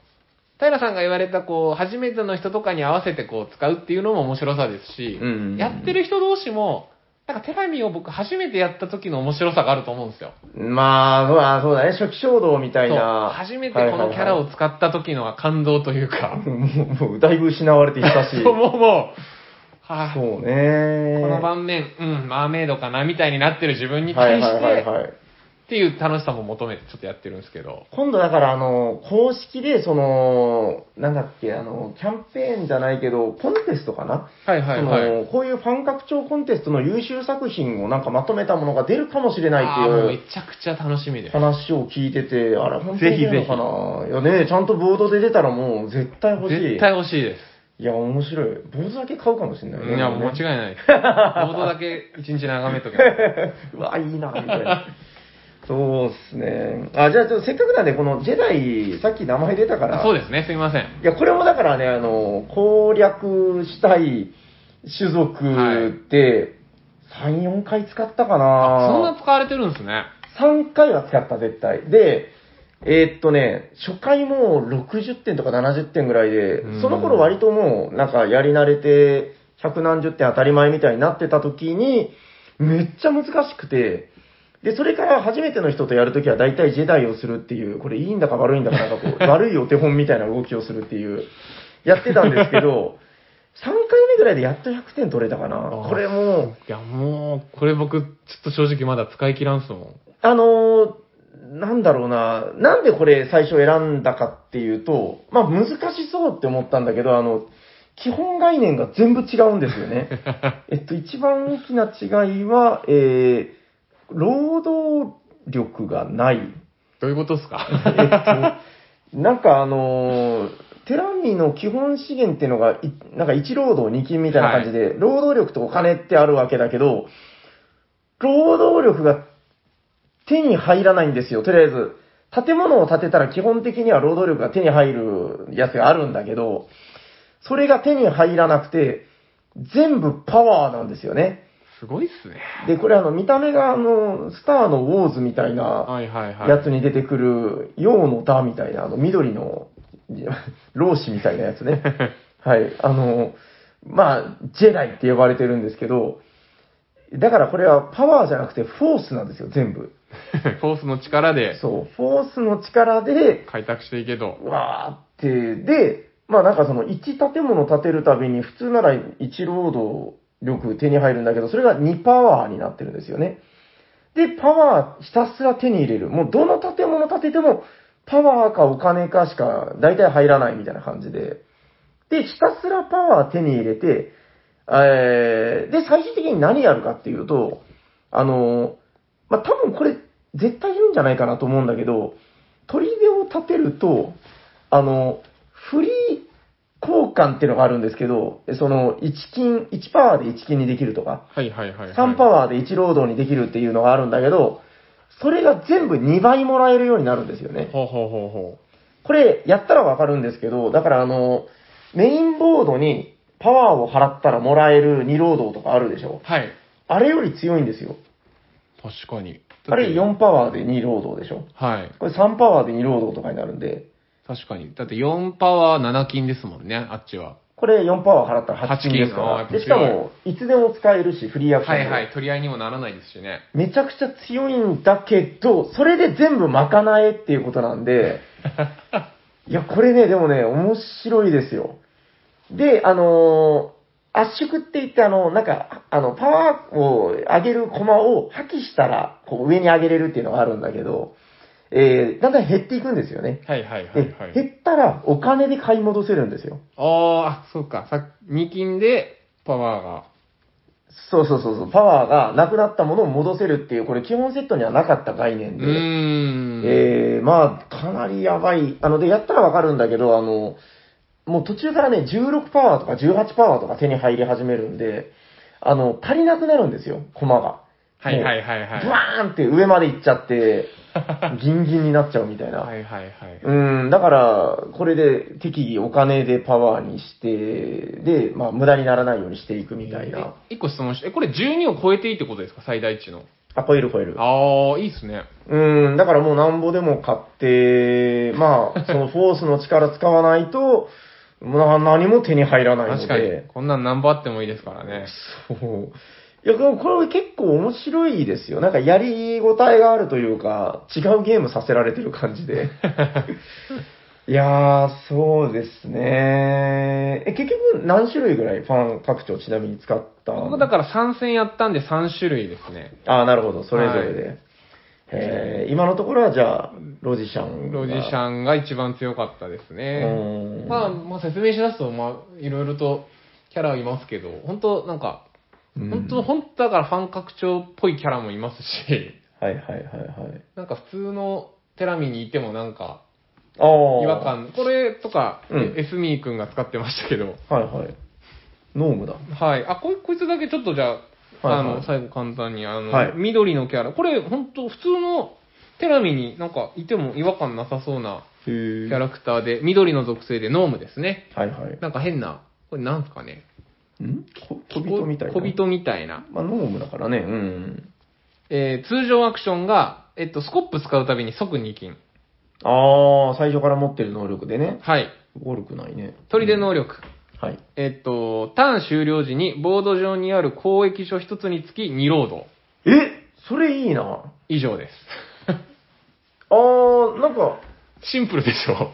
Speaker 1: 平さんが言われた、こう、初めての人とかに合わせてこう、使うっていうのも面白さですし、
Speaker 2: うん
Speaker 1: やってる人同士も、なんか手紙を僕初めてやった時の面白さがあると思うんですよ。
Speaker 2: まあ、そうだそうだね、初期衝動みたい
Speaker 1: そう
Speaker 2: な。
Speaker 1: 初めてこのキャラを
Speaker 2: はい
Speaker 1: 使った時のは感動というか、
Speaker 2: はいはいもう、もう、だいぶ失われていった
Speaker 1: *laughs*
Speaker 2: し。
Speaker 1: そう、もうもう、はあ、こ
Speaker 2: そうね。
Speaker 1: の盤面、うん、マーメイドかなみたいになってる自分に
Speaker 2: は
Speaker 1: 対
Speaker 2: い
Speaker 1: し
Speaker 2: はいはい
Speaker 1: て、
Speaker 2: はい。
Speaker 1: っていう楽しさも求めてちょっとやってるんですけど、
Speaker 2: 今度だから、あの、公式で、その、なんだっけ、あの、キャンペーンじゃないけど、コンテストかな、
Speaker 1: はいはいはい。
Speaker 2: そのこういうファン拡張コンテストの優秀作品をなんかまとめたものが出るかもしれない
Speaker 1: ああ、もう
Speaker 2: ってい
Speaker 1: め
Speaker 2: う
Speaker 1: ちゃくちゃ楽しみです。
Speaker 2: 話を聞いてて、あれ、本当に
Speaker 1: ぜひぜひ
Speaker 2: 出るのかないやね、ちゃんとボードで出たらもう絶対欲しい。
Speaker 1: 絶対欲しいです。
Speaker 2: いや、面白い。坊主だけ買うかもしれない、ね。
Speaker 1: いや、もう間違い
Speaker 2: *laughs*
Speaker 1: ないです。ボードだけ一日眺めとけば。
Speaker 2: うわ、いいな、みたいな。そうっすね。あ、じゃあ、ちょっとせっかくなんで、このジェダイ、さっき名前出た *laughs* から。
Speaker 1: そうですね、すみません。
Speaker 2: いや、これもだからね、あの、攻略したい種族って、3、4回使ったかな
Speaker 1: そんな使われてるんですね。
Speaker 2: 3回は使った、絶対。で、えーっとね、初回もう60点とか70点ぐらいで
Speaker 1: う、ん
Speaker 2: その頃割ともう、なんかやり慣れて、百何十点当たり前みたいになってた時に、めっちゃ難しくて、で、それから初めての人とやるときは大体ジェダイをするっていう、これいいんだか悪いんだかなんかこう、
Speaker 1: *laughs*
Speaker 2: 悪いお手本みたいな動きをするっていう、やってたんですけど、3回目ぐらいでやっと100点取れたかな。これもう、
Speaker 1: いや、もう、これ僕、ちょっと正直まだ使い切らんすもん。
Speaker 2: あのーなんだろうな、なんでこれ最初選んだかっていうと、まあ難しそうって思ったんだけど、あの、基本概念が全部違うんですよね。えっと、一番大きな違いは、えー、労働力がない。
Speaker 1: どういうことですか
Speaker 2: えっと、なんかあのーテラミの基本資源っていうのが、いなんか1労働2金みたいな感じで、労働力とお金ってあるわけだけど、労働力が手に入らないんですよ、とりあえず。建物を建てたら基本的には労働力が手に入るやつがあるんだけど、それが手に入らなくて、全部パワーなんですよね。
Speaker 1: *laughs* すごいっすね。
Speaker 2: で、これあの、見た目があの、スターのウォーズみたいな、
Speaker 1: はいはいはい。 *laughs*
Speaker 2: やつに出てくる、陽の田みたいな、あの、緑の、いや老子みたいなやつね。
Speaker 1: *laughs*
Speaker 2: はい。あの、まあ、ジェダイって呼ばれてるんですけど、だからこれはパワーじゃなくてフォースなんですよ、全部。
Speaker 1: フォースの力で
Speaker 2: そう、フォースの力で、
Speaker 1: 開拓していけと。
Speaker 2: わーって、で、まあなんかその1建物建てるたびに普通なら1労働力手に入るんだけど、それが2パワーになってるんですよね。で、パワーひたすら手に入れる。もうどの建物建てても、パワーかお金かしか大体入らないみたいな感じで。で、ひたすらパワー手に入れて、えー、で、最終的に何やるかっていうと、あのーまあ、多分これ、絶対いるんじゃないかなと思うんだけど、砦を立てると、あの、フリー交換っていうのがあるんですけど、その、1金、1パワーで1金にできるとか、
Speaker 1: はいはいはい、はい。
Speaker 2: 3パワーで1労働にできるっていうのがあるんだけど、それが全部2倍もらえるようになるんですよね。
Speaker 1: ほうほうほうほ
Speaker 2: これ、やったらわかるんですけど、だからあの、メインボードにパワーを払ったらもらえる2労働とかあるでしょ
Speaker 1: う。はい。
Speaker 2: あれより強いんですよ。
Speaker 1: 確かに。
Speaker 2: あれ4パワーで2労働でしょ
Speaker 1: はい。
Speaker 2: これ3パワーで2労働とかになるんで、
Speaker 1: 確かに。だって4パワー7金ですもんね、あっちは。
Speaker 2: これ4パワー払ったら8金ですか
Speaker 1: 8金あーやっ
Speaker 2: ら。
Speaker 1: ぱ強い
Speaker 2: で、しかも、いつでも使えるし、フリーアクション
Speaker 1: は
Speaker 2: で
Speaker 1: いはい、取り合いにもならないですしね。
Speaker 2: めちゃくちゃ強いんだけど、それで全部賄えっていうことな
Speaker 1: *laughs*
Speaker 2: んで、いや、これね、でもね、面白いですよ。で、あのー圧縮って言って、あの、なんか、あの、パワーを上げる駒を破棄したら、こう上に上げれるっていうのがあるんだけど、えー、だんだん減っていくんですよね。
Speaker 1: はいはいは
Speaker 2: で
Speaker 1: いはい。
Speaker 2: 減ったらお金で買い戻せるんですよ。
Speaker 1: あーあ、そうか。さ2金でパワーが。
Speaker 2: そうそうそうそう、パワーがなくなったものを戻せるっていう、これ基本セットにはなかった概
Speaker 1: う
Speaker 2: 念で、
Speaker 1: ーん。
Speaker 2: えー、まあ、かなりやばい。あの、で、やったらわかるんだけど、あの、もう途中からね、16パワーとか18パワーとか手に入り始めるんで、あの、足りなくなるんですよ、駒が。
Speaker 1: はいはいはいはい。
Speaker 2: ブワーンって上まで行っちゃって、
Speaker 1: *laughs*
Speaker 2: ギンギンになっちゃうみたいな。
Speaker 1: はいはいはい。
Speaker 2: うん、だから、これで適宜お金でパワーにして、で、まあ、無駄にならないようにしていくみたいな。
Speaker 1: え。1個質問して、え、これ12を超えていいってことですか最大値の。
Speaker 2: あ、超える超える。
Speaker 1: ああ、いいっすね。
Speaker 2: うん、だからもうなんぼでも買って、
Speaker 1: *laughs*
Speaker 2: まあ、そのフォースの力使わないと、もうな何も手に入らないの
Speaker 1: 確かに
Speaker 2: で。。
Speaker 1: こんなん何本あってもいいですからね。
Speaker 2: そう。いや、でもこれ結構面白いですよ。なんかやりごたえがあるというか、違うゲームさせられてる感じ
Speaker 1: *laughs*
Speaker 2: で。いやー、そうですね。え、結局何種類ぐらいファン拡張ちなみに使った
Speaker 1: 僕だから3戦やったんで3種類ですね。
Speaker 2: ああ、なるほど。それぞれで。
Speaker 1: は
Speaker 2: えー今のところはじゃあ、ロジシャンが。
Speaker 1: ロジシャンが一番強かったですね。
Speaker 2: うん
Speaker 1: まあ、まあ、説明しだすと、まあ、いろいろとキャラいますけど、本当なんか、
Speaker 2: うん
Speaker 1: 本当本当だからファン拡張っぽいキャラもいますし、 *laughs*
Speaker 2: はいはいはいはい。
Speaker 1: なんか普通のテラミにいてもなんか
Speaker 2: ああ。
Speaker 1: 違和。感、これとか、
Speaker 2: うん
Speaker 1: エスミーくんが使ってましたけど、
Speaker 2: はいはい。ノームだ。
Speaker 1: はい。あ、こいこいつだけちょっとじゃあ、
Speaker 2: はい
Speaker 1: あ
Speaker 2: はい
Speaker 1: の、最後簡単に、あの、
Speaker 2: はい
Speaker 1: 緑のキャラ。これ、本当普通のテラミになんかいても違和感なさそうな
Speaker 2: キ
Speaker 1: キ
Speaker 2: ャ
Speaker 1: ャラクターで、緑の属性でノームですね。
Speaker 2: はいはい。
Speaker 1: なんか変な、これなんすかね。
Speaker 2: んこ小人みたいな。
Speaker 1: 小。人みたいな。
Speaker 2: まあ、ノームだからね。うん。
Speaker 1: えー、通常アクションが、えっと、スコップ使うたびに即2金。
Speaker 2: ああ、最初から持ってる能力でね。
Speaker 1: はい。
Speaker 2: 悪くないね。
Speaker 1: 砦能力。
Speaker 2: はい。
Speaker 1: えっと、ターン終了時にボード上にある交易所1つにつき2ロード。
Speaker 2: えそれいいな。あ
Speaker 1: 以上です。
Speaker 2: あ、なんか、
Speaker 1: シンプルでしょ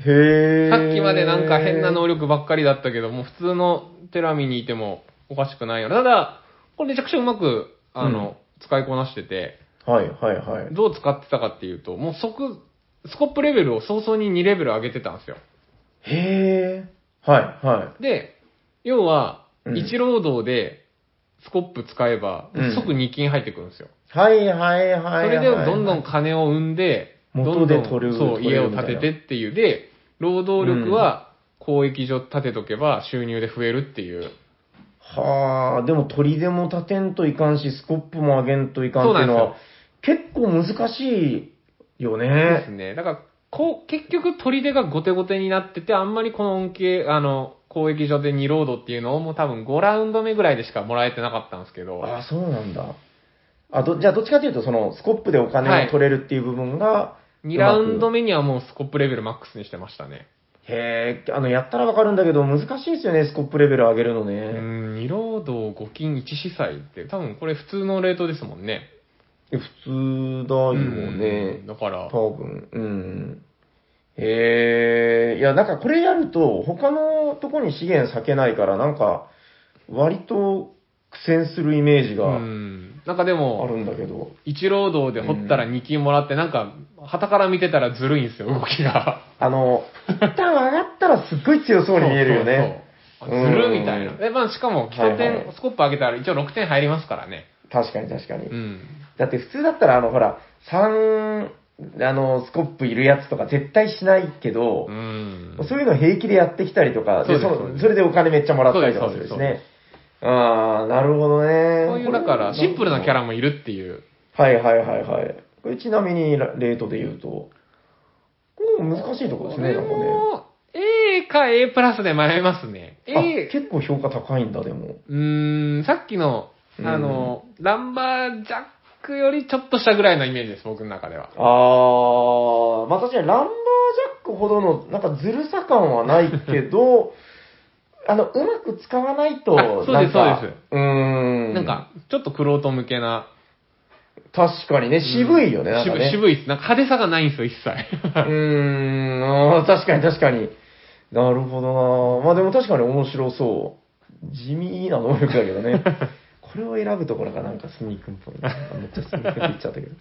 Speaker 2: へえ。
Speaker 1: さっきまでなんか変な能力ばっかりだったけど、もう普通のテラミにいてもおかしくないよ。ただ、これめちゃくちゃうまく、あの、使いこなしてて、
Speaker 2: はいはいはい。
Speaker 1: どう使ってたかっていうと、もう即、スコップレベルを早々に2レベル上げてたんですよ。
Speaker 2: へえ。はいは
Speaker 1: で、要は、
Speaker 2: うん
Speaker 1: 1労働でスコップ使えば、
Speaker 2: うん
Speaker 1: 即2金入ってくるんですよ。
Speaker 2: い。はいはいはいはい。
Speaker 1: それでどんどん金を生んで、どんど
Speaker 2: 元
Speaker 1: ん
Speaker 2: で取る
Speaker 1: そう、
Speaker 2: 取れ
Speaker 1: 家
Speaker 2: る
Speaker 1: を
Speaker 2: みたいな
Speaker 1: 建ててっていう。で、労働力は交易所建てとけば収入で増えるっていう。
Speaker 2: はあ、でも鳥でも立てんといかんし、スコップも上げんといかんっていうのは、結構難しいよ
Speaker 1: で
Speaker 2: ね
Speaker 1: す。ね。だから、こう、結局、砦が後手後手になってて、あんまりこの恩恵、あの、攻撃所で2ロードっていうのをもう多分5ラウンド目ぐらいでしかもらえてなかったんですけど、
Speaker 2: ああ、そうなんだ。あどじゃあ、どっちかというと、その、スコップでお金を取れるっていう部分が、
Speaker 1: 2ラウンド目にはもうスコップレベルマックスにしてましたね。
Speaker 2: へえ、あの、やったらわかるんだけど、難しいですよね、スコップレベル上げるの
Speaker 1: う
Speaker 2: ね。
Speaker 1: ん、2ロード5金1司祭って、多分これ普通のレートですもんね。
Speaker 2: いや普通だよね
Speaker 1: うん。だから、
Speaker 2: 多分。うん。へえ、いや、なんかこれやると、他のとこに資源割けないから、なんか、割と苦戦するイメージ
Speaker 1: う
Speaker 2: が
Speaker 1: ん、なんかで
Speaker 2: あ
Speaker 1: も、
Speaker 2: るんだけど。
Speaker 1: 1労働で掘ったら2金もらって、なんか、旗から見てたらずるいんですよ、動きが。
Speaker 2: あの、一旦上がったらすっごい強そうに見えるよね。
Speaker 1: そうそうそう。あずるみたいな
Speaker 2: う。ん
Speaker 1: で、まあしかも、基礎点、
Speaker 2: はいはい
Speaker 1: スコップ上げたら一応6点入りますからね。
Speaker 2: 確かに確かに
Speaker 1: う。ん。
Speaker 2: だって普通だったら、あの、ほら、3、あの、スコップいるやつとか絶対しないけど、
Speaker 1: うん。
Speaker 2: そういうの平気でやってきたりとか、
Speaker 1: そうで
Speaker 2: で
Speaker 1: す
Speaker 2: そ
Speaker 1: そうです
Speaker 2: それでお金めっちゃもらったりとかするし
Speaker 1: そうで
Speaker 2: ね。ああ、なるほどね。
Speaker 1: そういう、だから、シンプルなキャラもいるっていう。
Speaker 2: はいはいはいはい。これちなみにレートで言うと、これも難しいところですね、
Speaker 1: こ
Speaker 2: なん
Speaker 1: れ
Speaker 2: かね。
Speaker 1: も、A か A プラスで迷いますね。
Speaker 2: あ
Speaker 1: A、
Speaker 2: 結構評価高いんだ、でも。
Speaker 1: うーん、さっきの、あの、ランバージャックよりちょっとしたぐらいのイメージです、僕の中では。
Speaker 2: あー、まあ確かにランバージャックほどの、なんかずるさ感はないけ
Speaker 1: *laughs*
Speaker 2: ど、あの、うまく使わないと、
Speaker 1: あそうです
Speaker 2: なんか
Speaker 1: そうです
Speaker 2: うーん。
Speaker 1: なんか、ちょっとクロート向けな。
Speaker 2: 確かにね、渋いよね、
Speaker 1: うん
Speaker 2: なんかね。
Speaker 1: 渋渋いっす。なんか派手さがないんですよ、
Speaker 2: *laughs*
Speaker 1: 一切。
Speaker 2: うーん、あー確かに確かに。なるほどなまあでも確かに面白そう。地味な能力だけど
Speaker 1: *laughs*
Speaker 2: ね。これを選ぶところがなんかスニークンっぽいな。めっちゃスニークンって言っちゃったけど。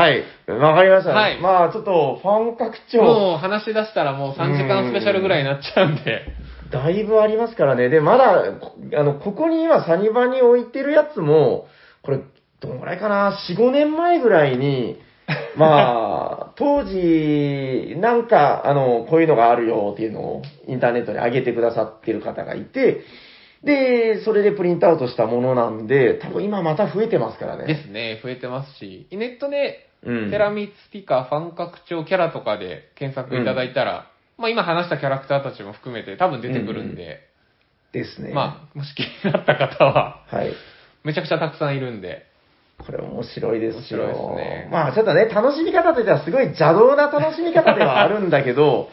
Speaker 2: はい。わかりました。
Speaker 1: はい
Speaker 2: まあちょっとファン拡張、
Speaker 1: もう話し出したらもう3時間スペシャルぐらいになっちゃうんで。
Speaker 2: だいぶありますからね。で、まだ、こあの、ここに今サニバに置いてるやつも、これ、どんぐらいかな ?4、5年前ぐら
Speaker 1: *laughs*
Speaker 2: いに、まあ、当時、なんか、あの、こういうのがあるよっていうのをインターネットに上げてくださってる方がいて、で、それでプリントアウトしたものなんで、多分今また増えてますからね。
Speaker 1: ですね、増えてますし。ネットで、
Speaker 2: うん。
Speaker 1: テラミツピカファン拡張キャラとかで検索いただいたら、まあ今話したキャラクターたちも含めて多分出てくるんで、
Speaker 2: ですね。
Speaker 1: まあ、もし気になった方は、
Speaker 2: あ。はい。
Speaker 1: めちゃくちゃたくさんいるんで。
Speaker 2: これ面白いですよ。
Speaker 1: 面白いですね
Speaker 2: まあちょっとね、楽しみ方としてはすごい邪道な楽しみ方ではあるんだけど、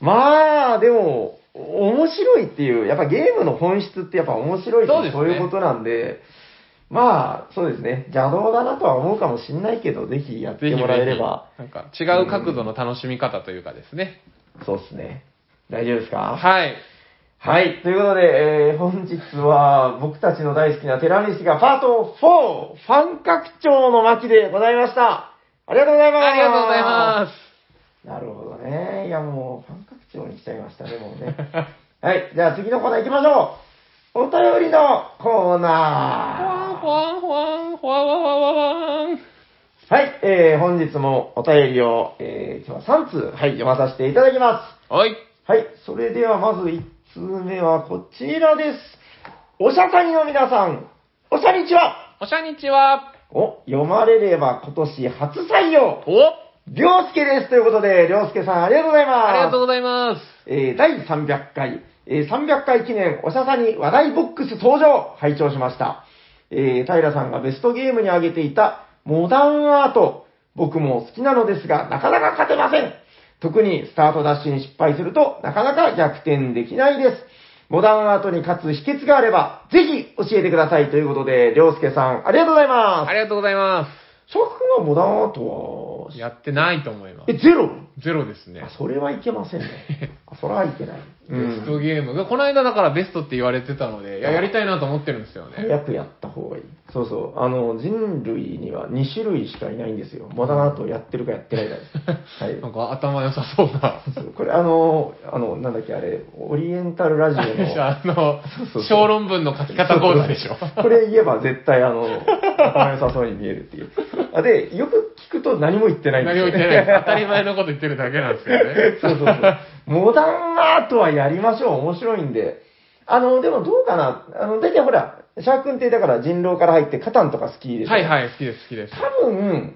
Speaker 2: まあでも、面白いっていう、やっぱゲームの本質ってやっぱ面白いって
Speaker 1: そうですね
Speaker 2: そういうことなんで、まあそうですね、邪道だなとは思うかもしんないけど、ぜひやっ
Speaker 1: ぜひ
Speaker 2: てもらえれば、
Speaker 1: ぜひなんか違う角度の楽しみ方というかですね。
Speaker 2: そうですね。大丈夫ですか
Speaker 1: はい。
Speaker 2: はい。ということで、えー本日は僕たちの大好きなテラミスがパート4、ファン拡張の巻でございました。ありがとうございます。
Speaker 1: ありがとうございます。
Speaker 2: *laughs* す。なるほどね。いやもう、ファン拡張に来ちゃいましたね、もうね。 *laughs* はい。じゃあ次のコーナー行きましょう。お便りのコー
Speaker 1: ほわん
Speaker 2: ナ
Speaker 1: ほわんほわん、ほわわわわわん。
Speaker 2: ー。はい。えー本日もお便りを、えー今日は3通、はい、読まさせていただきます。
Speaker 1: はい。
Speaker 2: はい、それではまず1通目はこちらです。おしゃさにの皆さん、おしゃにちは
Speaker 1: おしゃにちは。
Speaker 2: お、読まれれば今年初採用、
Speaker 1: お
Speaker 2: りょうすけですということで、りょうすけさんありがとうございます。
Speaker 1: ありがとうございます。
Speaker 2: えー第300回、えー300回記念おしゃさに話題ボックス登場、拝聴しました。えー平さんがベストゲームに挙げていたモダンアート、僕も好きなのですが、なかなか勝てません。特にスタートダッシュに失敗すると、なかなか逆転できないです。モダンアートに勝つ秘訣があれば、ぜひ教えてくださいということで、りょうすけさん、ありがとうございま
Speaker 1: ありがとうございま
Speaker 2: す。シャーク君はモダンアートは
Speaker 1: す。、やってないと思いま
Speaker 2: え、ゼロ
Speaker 1: す。ゼロですね
Speaker 2: あ。それはいけませんね。
Speaker 1: *laughs*
Speaker 2: あそれはいけない。
Speaker 1: ベ
Speaker 2: うん
Speaker 1: ストゲームが、この間だからベストって言われてたので、いや、やりたいなと思ってるんですよね。
Speaker 2: 早くやった方がいい。そうそう。あの、人類には2種類しかいないんですよ。モダンアートをやってるかやってないか
Speaker 1: *laughs*
Speaker 2: です。はい。
Speaker 1: なんか頭良さそうな。
Speaker 2: そうこれあの、あの、なんだっけあれ、オリエンタルラジ
Speaker 1: あ
Speaker 2: オ
Speaker 1: れでしょ *laughs*
Speaker 2: の。
Speaker 1: あの
Speaker 2: そうそう、
Speaker 1: 小論文の書き方講座でしょ。
Speaker 2: これ言えば絶対あの、頭良さそうに見えるっていう。あで、よく聞くと何も言ってないんです
Speaker 1: 何
Speaker 2: よ、
Speaker 1: を言って
Speaker 2: ね。
Speaker 1: ないです。当たり前のこと言ってるだけなんですけどね。
Speaker 2: *laughs* そうそうそう。モダンアートはやりましょう。面白いんで。あの、でもどうかな。あの、大体ほら、シャークンってだから人狼から入ってカタンとか好きでしょ
Speaker 1: はいはい、好きです、好きです。
Speaker 2: 多分、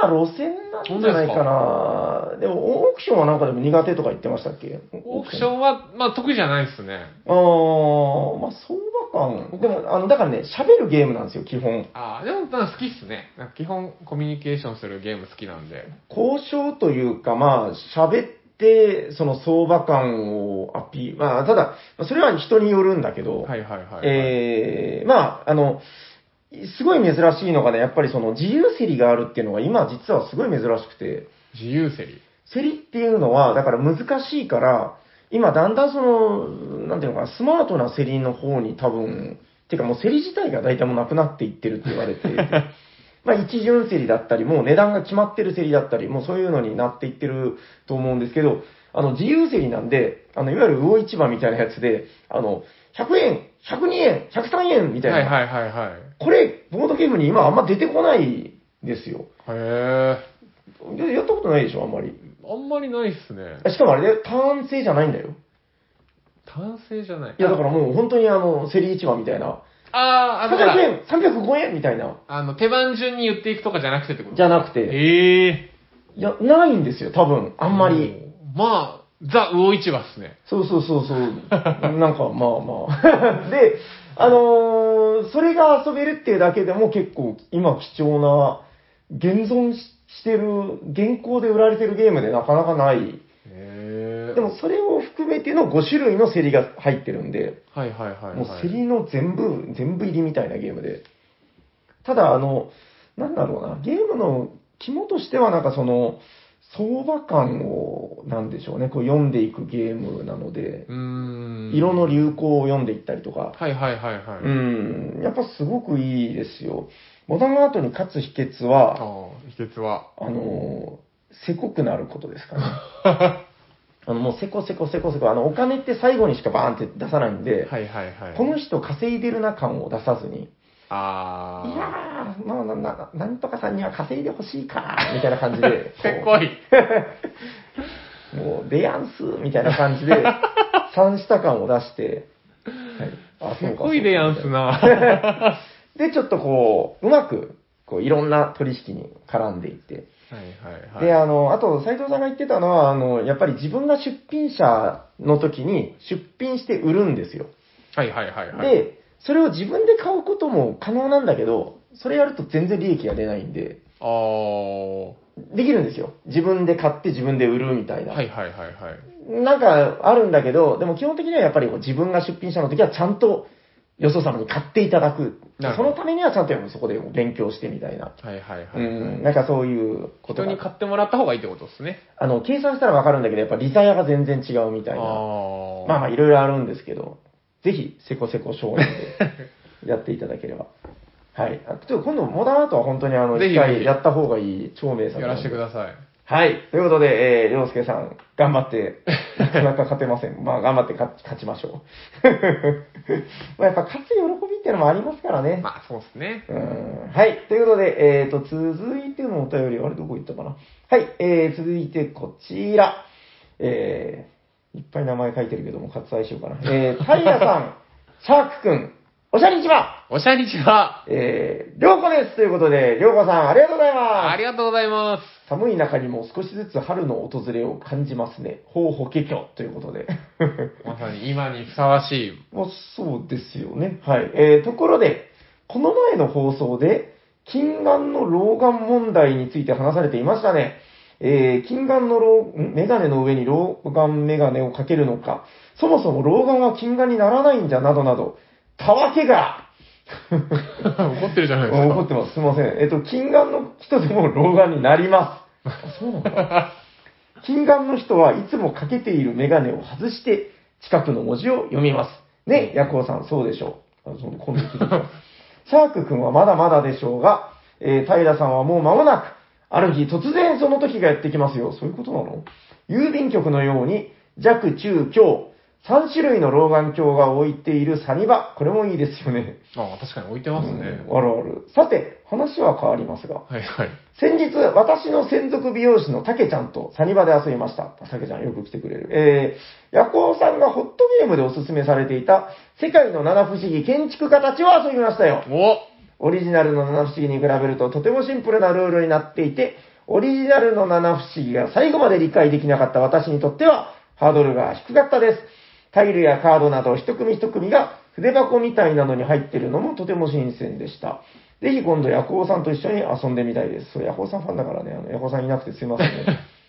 Speaker 2: 好きな路線なんじゃないかな。でも、オークションはなんかでも苦手とか言ってましたっけ
Speaker 1: オークショ
Speaker 2: ン
Speaker 1: ンは、まあ、得意じゃないですね。
Speaker 2: あー、まあ、相場感。でも、あの、だからね、喋るゲームなんですよ、基本。
Speaker 1: ああ、でも、まあ好きっすね。なんか基本、コミュニケーションするゲーム好きなんで。
Speaker 2: 交渉というか、まあ、喋って、その相場感をアピール。まあ、ただ、それは人によるんだけど、
Speaker 1: はいはいはい。
Speaker 2: えー、まあ、あの、すごい珍しいのがね、やっぱりその自由競りがあるっていうのが今実はすごい珍しくて、
Speaker 1: 自由競り。
Speaker 2: 競りっていうのは、だから難しいから、今だんだんその、なんていうのかな、スマートな競りの方に多分、てかもう競り自体が大体もうなくなっていってるって言われて、まあ一巡競りだったり、もう値段が決まってる競りだったり、もうそういうのになっていってると思うんですけど、あの自由競りなんで、あの、いわゆる魚市場みたいなやつで、あの、100円、102円、103円みたいな、
Speaker 1: はいはいはいはい。
Speaker 2: これ、ボードドゲームに今あんま出てこないですよ。
Speaker 1: へ
Speaker 2: でやったことないでしょ、あんまり。
Speaker 1: え。あんまりないっすね。
Speaker 2: しかもあれで、単性じゃないんだよ。
Speaker 1: 単性じゃない。
Speaker 2: いや、だからもう本当にあの、セリ市場みたいな。
Speaker 1: ああー、あの、ほ
Speaker 2: 300
Speaker 1: ら
Speaker 2: 円 !305 円みたいな。
Speaker 1: あの、手番順に言っていくとかじゃなくてってこと
Speaker 2: じゃなくて。
Speaker 1: ええ
Speaker 2: いや、ないんですよ、多分。あんまり。。
Speaker 1: まあ、ザ・魚市場っすね。
Speaker 2: そうそうそ
Speaker 1: *laughs*
Speaker 2: うそう。なんか、まあ *laughs* まあ。で、あのーそれが遊べるっていうだけでも結構今貴重な、現存ししてる、現行で売られてるゲームでなかなかない。
Speaker 1: へえ。
Speaker 2: でもそれを含めての5種類の競りが入ってるんで、
Speaker 1: はいはいはい、はい。
Speaker 2: もう競りの全部、全部入りみたいなゲームで。ただ、あの、なんだろうな、ゲームの肝としてはなんかその、相場感を、なんでしょうね、こう読んでいくゲームなので、
Speaker 1: うーん。
Speaker 2: 色の流行を読んでいったりとか、
Speaker 1: はいはいはいはい。
Speaker 2: うん、やっぱすごくいいですよ。モダンアートに勝つ秘訣
Speaker 1: あ
Speaker 2: は、
Speaker 1: あ、秘訣
Speaker 2: *laughs*
Speaker 1: は。
Speaker 2: あのー、せこくなることですかね。 *laughs* あの、もうせこせこせこせこ、あの、お金って最後にしかバーンって出さないんで、
Speaker 1: はいはいはい。
Speaker 2: この人稼いでるな感を出さずに、い
Speaker 1: あ
Speaker 2: やー、まあな、な、なんとかさんには稼いでほしいか、みたいな感じ *laughs* で
Speaker 1: あ。、せっこい。
Speaker 2: こうもう、出やんす、みたいな感じ *laughs* で、三下感を出して、はい、あ
Speaker 1: せっこいでやんす。な。
Speaker 2: で、ちょっとこう、うまく、こう、いろんな取引に絡んでいって。
Speaker 1: はいはい
Speaker 2: *laughs* で、
Speaker 1: はい。
Speaker 2: あの、あと、斉藤さんが言ってたのは、あの、やっぱり自分が出品者の時に出品して売るんですよ。
Speaker 1: はいはいはいはい。
Speaker 2: で、それを自分で買うことも可能なんだけど、それやると全然利益が出ないんで、
Speaker 1: ああ。は
Speaker 2: できるんですよ。自分で買って自分で売るみたい
Speaker 1: い
Speaker 2: な。
Speaker 1: はいはいはい。
Speaker 2: なんかあるんだけど、でも基本的にはやっぱりこう自分が出品者の時はちゃんとよそ様に買っていただく。
Speaker 1: なる
Speaker 2: そ
Speaker 1: ほど
Speaker 2: のためにはちゃんとそこで勉強してみたいな。
Speaker 1: はいはいは
Speaker 2: う
Speaker 1: い。
Speaker 2: ん、なんかそういうこと
Speaker 1: 人
Speaker 2: が
Speaker 1: に買ってもらった方がいいってことですね。
Speaker 2: あの、計算したらわかるんだけど、やっぱ利ザヤが全然違うみた
Speaker 1: あ
Speaker 2: い
Speaker 1: あ
Speaker 2: な。まあまあいろいろあるんですけど、ぜひ、せこせこ少年でやっていただければ。はい。あちょっと今度、モダンアートは本当にあの、
Speaker 1: ぜひ
Speaker 2: 一
Speaker 1: ぜひ
Speaker 2: 回やった方がいい超名作
Speaker 1: や
Speaker 2: なん
Speaker 1: らせ
Speaker 2: で
Speaker 1: てください。
Speaker 2: はい。ということで、えー、りょうすけさん、頑張って、なかなか勝てません。まあ、頑張って勝勝ちましょう。 *laughs* まあ、やっぱ勝つ喜びっていうのもありますからね。
Speaker 1: まあそうですね。
Speaker 2: うんはい。ということで、えっ、と、続いてのお便り、あれどこ行ったかなはい。えー、続いてこちら。えー、いっぱい名前書いてるけども、割愛しようかな。えー、タイヤさん、シャークくん、おしゃにちは
Speaker 1: おしゃにちは。
Speaker 2: えー、りょうこですということで、りょうこさん、ありがとうござい
Speaker 1: あ
Speaker 2: ま
Speaker 1: りがとうございます。
Speaker 2: す寒い中にも少しずつ春の訪れを感じますね。ほうほけきょという *laughs* ことで。
Speaker 1: まさに今にふさわしい。 *laughs*
Speaker 2: まあ、そうですよね。はい。えー、ところで、この前の放送で、近眼の老眼問題について話されていましたね。えー、近眼の老、んメガネの上に老眼メガネをかけるのか、そもそも老眼は近眼にならないんじゃなどなど、たわけが
Speaker 1: 怒ってる
Speaker 2: *laughs*
Speaker 1: じゃないですか。
Speaker 2: 怒ってます。すいません。えっと、近眼の人でも老眼になります。 *laughs* あそうなんだ。近眼の人はいつもかけているメガネを外して、近くの文字を読みます。ね、ヤコウさん、そうでしょう。 *laughs* あその今度聞いてみますシャーク君はまだまだでしょうが、えー、平さんはもう間もなく、ある日突然その時がやってきますよ。そういうことなの郵便局のように、弱、中、強、3種類の老眼鏡が置いているサニバ。これもいいですよね。
Speaker 1: ああ、確かに置いてますね。
Speaker 2: うんあるある。さて、話は変わりますが、
Speaker 1: はいはい。
Speaker 2: 先日、私の専属美容師の竹ちゃんとサニバで遊びました。竹ちゃんよく来てくれる。えー、ヤコウさんがホットゲームでおすすめされていた、世界の七不思議建築家たちを遊びましたよ。
Speaker 1: お
Speaker 2: オリジナルの七不思議に比べるととてもシンプルなルールになっていて、オリジナルの七不思議が最後まで理解できなかった私にとってはハードルが低かったです。タイルやカードなど一組一組が筆箱みたいなのに入ってるのもとても新鮮でした。ぜひ今度ヤコウさんと一緒に遊んでみたいです。そう、ヤコウさんファンだからね、あの、ヤコウさんいなくてすいませんね。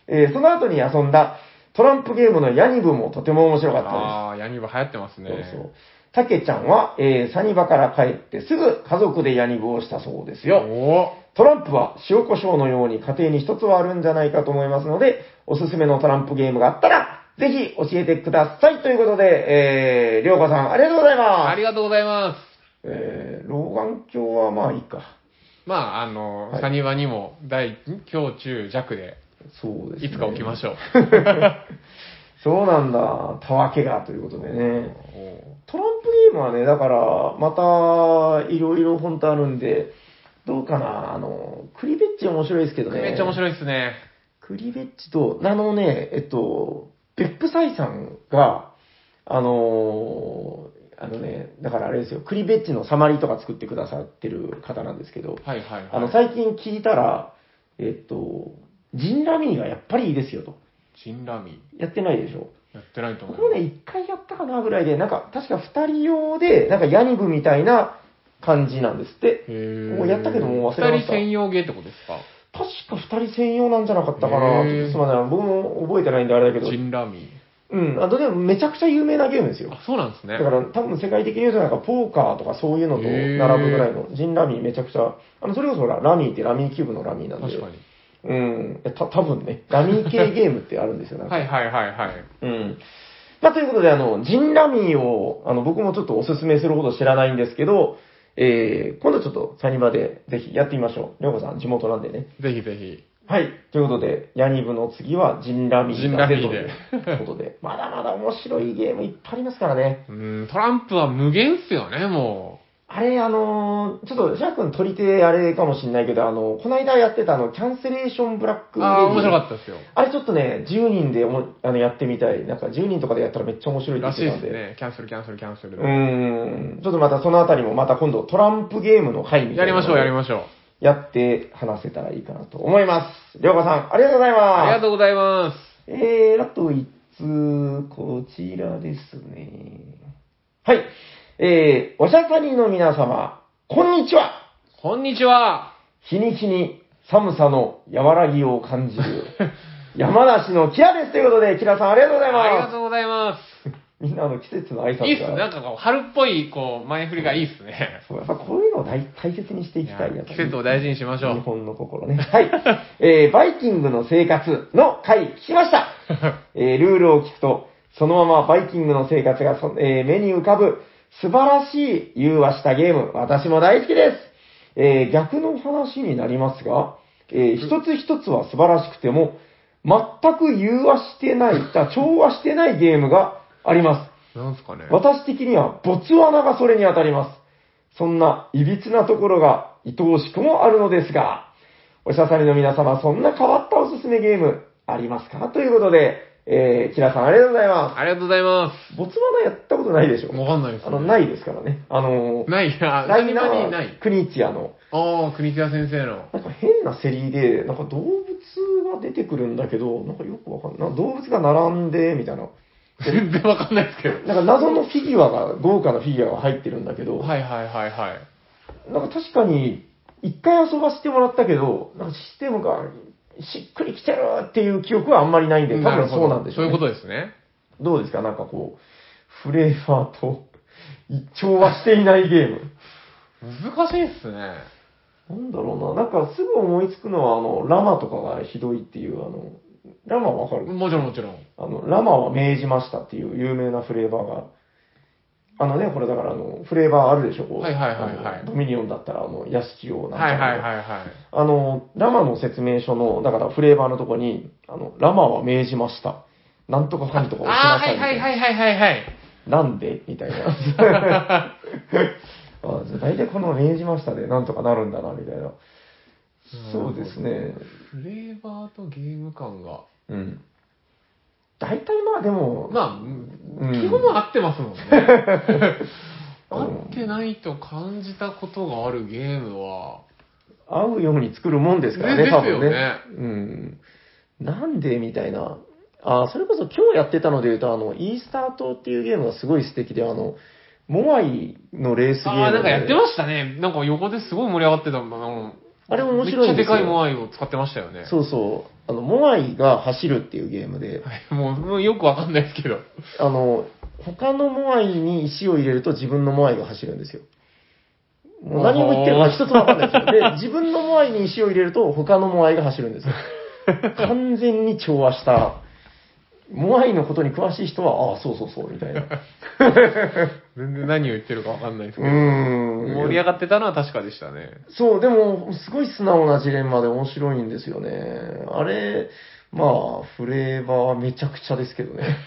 Speaker 2: えーその後に遊んだトランプゲームのヤニブもとても面白かったです。
Speaker 1: ああ、ヤニバ流行ってますね。
Speaker 2: そうそう。たけちゃんは、えーサニバから帰ってすぐ家族でヤニブをしたそうですよ。
Speaker 1: お
Speaker 2: トランプは塩コショウのように家庭に一つはあるんじゃないかと思いますので、おすすめのトランプゲームがあったら、ぜひ教えてください。ということで、えー、りょうこさん、ありがとうござい
Speaker 1: あ
Speaker 2: ます。
Speaker 1: りがとうございま
Speaker 2: えー、老眼鏡はまあいいか。
Speaker 1: す。まあ、あの、
Speaker 2: はい
Speaker 1: サニバにも、大、強中弱で、
Speaker 2: そうですね。
Speaker 1: いつか起きましょう。
Speaker 2: そうなんだ。たわけがということでね。
Speaker 1: おー
Speaker 2: トランプゲームはね、だから、また、いろいろ本当あるんで、どうかなあの、クリベッチ面白いですけどね。
Speaker 1: めっちゃ面白いですね。
Speaker 2: クリベッチと、あのね、えっと、ベップサイさんが、あのーあのね、だからあれですよ、クリベッチのサマリーとか作ってくださってる方なんですけど、
Speaker 1: はいはいはい。
Speaker 2: あの、最近聞いたら、えっと、ジンラミーがやっぱりいいですよと。
Speaker 1: ジンラミ
Speaker 2: やってないでしょ。
Speaker 1: ー。やってないと思
Speaker 2: 僕も
Speaker 1: う。
Speaker 2: ね、一回やったかなぐらいで、なんか、確か二人用で、なんかヤニブみたいな感じなんですって。も
Speaker 1: も
Speaker 2: うやったけどもう忘れ
Speaker 1: 二
Speaker 2: ました
Speaker 1: 人専用ゲーってことですか
Speaker 2: 確か二人専用なんじゃなかったかな
Speaker 1: へー
Speaker 2: ちょっとすみません。僕も覚えてないんであれだけど
Speaker 1: ジ。ンラミ
Speaker 2: うん。あとでもめちゃくちゃ有名なゲームです
Speaker 1: ー。
Speaker 2: よ。
Speaker 1: あ、そうなんですね
Speaker 2: だか。ら多分世界的に言うとなんかポーカーとかそういうのと並ぶぐらいの、ジンラミーめちゃくちゃ、あの、それこそほら、ラミーってラミーキューブのラミーなんで。
Speaker 1: 確かに。
Speaker 2: うん。えた、多分ね、ラミー系ゲームってあるんですよ、なんか
Speaker 1: はいはいはいはい。
Speaker 2: うん。まあ、ということで、あの、ジンラミーを、あの、僕もちょっとお勧めするほど知らないんですけど、えー、今度ちょっとサニバでぜひやってみましょう。りょうこさん、地元なんでね。
Speaker 1: ぜひぜひ。
Speaker 2: はい。ということで、ヤニブの次はジンラミーが出る
Speaker 1: ジンラミー
Speaker 2: ということで、 *laughs* まだまだ面白いゲームいっぱいありますからね。
Speaker 1: うん、トランプは無限っすよね、も
Speaker 2: あれ、あのーちょっと、ジャックの取り手あれかもしんないけど、あの、こないだやってたあの、キャンセレーションブラック
Speaker 1: う。ああー、
Speaker 2: レディ
Speaker 1: 面白かったですよ。
Speaker 2: あれちょっとね、10人でおもあのやってみたい。なんか10人とかでやったらめっちゃ面白いって言
Speaker 1: ら
Speaker 2: っ
Speaker 1: しいで
Speaker 2: てたん
Speaker 1: す
Speaker 2: で。
Speaker 1: ね。キャンセルキャンセルキャンセル
Speaker 2: う
Speaker 1: で。
Speaker 2: ーん。ちょっとまたそのあたりもまた今度トランプゲームの会み
Speaker 1: や
Speaker 2: たい
Speaker 1: り
Speaker 2: なの
Speaker 1: ま
Speaker 2: で
Speaker 1: しょう、やりましょう。
Speaker 2: やって話せたらいいかなと思います。りょうかさん、ありがとうございます。
Speaker 1: ありがとうございます。
Speaker 2: えー、あと一通、こちらですね。はい。えー、おしゃさりの皆様、こんにちは
Speaker 1: こんにちは。
Speaker 2: 日に日に寒さの和らぎを感じ
Speaker 1: *laughs*
Speaker 2: る、山梨のキラですということで、キラさんありがとうござい
Speaker 1: あり
Speaker 2: ま
Speaker 1: が
Speaker 2: す
Speaker 1: と。うございま
Speaker 2: みんなあの季節の挨拶
Speaker 1: す。
Speaker 2: が。
Speaker 1: いいっすね。なんかこう、春っぽい、こう、前振りがいいっすね。
Speaker 2: そうやっぱこういうのを大大切にしてい
Speaker 1: い
Speaker 2: き
Speaker 1: や
Speaker 2: たいやっぱ
Speaker 1: 季
Speaker 2: り
Speaker 1: 節を大事にしましょ
Speaker 2: 日
Speaker 1: う。
Speaker 2: 本の心ね。はい。えー、バイキングの生活の回聞きま
Speaker 1: *laughs*
Speaker 2: した。えー、ルールを聞くと、そのままバイキングの生活がそ、えー目に浮かぶ素晴らしい融和したゲーム、私も大好きです。えー、逆の話になりますが、えー、一つ一つは素晴らしくても、全く融和してない、あ調和してないゲームがあります。
Speaker 1: なんすかね。
Speaker 2: 私的にはボツワナがそれに当たります。そんな歪なところが愛おしくもあるのですが、おしゃさりの皆様、そんな変わったおすすめゲームありますかということで、えー、キラさんありがとうございま。
Speaker 1: ありがとうございます
Speaker 2: ボツワナやったことないでしょ
Speaker 1: す。わかんないです、。
Speaker 2: あの、ないいですからね。あのー、
Speaker 1: ない、あ、
Speaker 2: ライ
Speaker 1: 何
Speaker 2: ナ
Speaker 1: 々
Speaker 2: ー
Speaker 1: ない。
Speaker 2: クニチアの、
Speaker 1: ああ、国木屋先生 *laughs* の。
Speaker 2: なんか変なセリで、なんか動物が出てくるんだけど、なんかよくわかんない。なんか動物が並んで、みたいな。
Speaker 1: 全然わかんないですけど。
Speaker 2: なんか謎のフィギュアが、豪華なフィギュアが入ってるんだけど、
Speaker 1: はいはいはいはい。
Speaker 2: なんか確かに、一回遊ばせてもらったけど、なんかシステムがしっくりきてるっていう記憶はあんまりないんで、多分そうなんでしょう、ね。
Speaker 1: るほどそういうことですね。
Speaker 2: とどうですかなんかこう、フレーバーと *laughs* 調和していないゲーム。
Speaker 1: 難しいっすね。
Speaker 2: なんだろうな。なんかすぐ思いつくのは、あの、ラマとかがひどいっていう、あの、ラマわかる
Speaker 1: もちろんもちろん。
Speaker 2: あの、ラマは命じましたっていう有名なフレーバーが、あのね、これだからあの、フレーバーあるでしょ、こう。
Speaker 1: はいはいはいはい
Speaker 2: あのドミニオンだったら、あの、屋敷をなんか
Speaker 1: はいはいはいはい。
Speaker 2: あの、ラマの説明書の、だからフレーバーのとこに、あの、ラマは命じました。なんとかかんとか押し
Speaker 1: ああ
Speaker 2: な
Speaker 1: ー、
Speaker 2: さ
Speaker 1: はいい
Speaker 2: みた
Speaker 1: はいい
Speaker 2: な。
Speaker 1: はいはいはいはい。
Speaker 2: なんでみたいな。
Speaker 1: *laughs*
Speaker 2: あじゃあ大体この命じましたでなんとかなるんだな、みたいな。そうですね。
Speaker 1: フレーバーとゲーム感が。
Speaker 2: うん。大体まあでも、
Speaker 1: まあ、
Speaker 2: ん
Speaker 1: 基本は合ってますも
Speaker 2: *laughs*
Speaker 1: んね。
Speaker 2: うん
Speaker 1: 合ってないと感じたことがあるゲームは、
Speaker 2: 合うように作るもんですからね、
Speaker 1: ね
Speaker 2: 多分
Speaker 1: で
Speaker 2: ね。
Speaker 1: すよね
Speaker 2: うん。なんでみたいな。あーそれこそ今日やってたので言うと、あの、イースター島っていうゲームがすごい素敵で、あの、モアイのレースゲームで。
Speaker 1: ああ、なんかやってましたね。なんか横ですごい盛り上がってたもん。
Speaker 2: あれ面白
Speaker 1: めっ
Speaker 2: いん
Speaker 1: ちゃ
Speaker 2: で
Speaker 1: です
Speaker 2: よ
Speaker 1: かいモアイを使ってましたよね。
Speaker 2: そうそう。あの、モアイが走るっていうゲームで、
Speaker 1: はい、もう、もうよくわかんないですけど。
Speaker 2: あの、他のモアイに石を入れると自分のモアイが走るんですよ。もう何を言ってるか一つもわかんないですよ。で、自分のモアイに石を入れると他のモアイが走るんですよ。完全に調和した。モアイのことに詳しい人は、ああ、そうそうそう、みたいな。う
Speaker 1: *laughs* 全然何を言ってるかわかんないですけ
Speaker 2: ー
Speaker 1: ど。
Speaker 2: ん。
Speaker 1: 盛り上がってたのは確かでしたね。
Speaker 2: そう、でも、すごい素直なジレンマで面白いんですよね。あれ、まあ、フレーバーは *laughs* めちゃくちゃですけどね。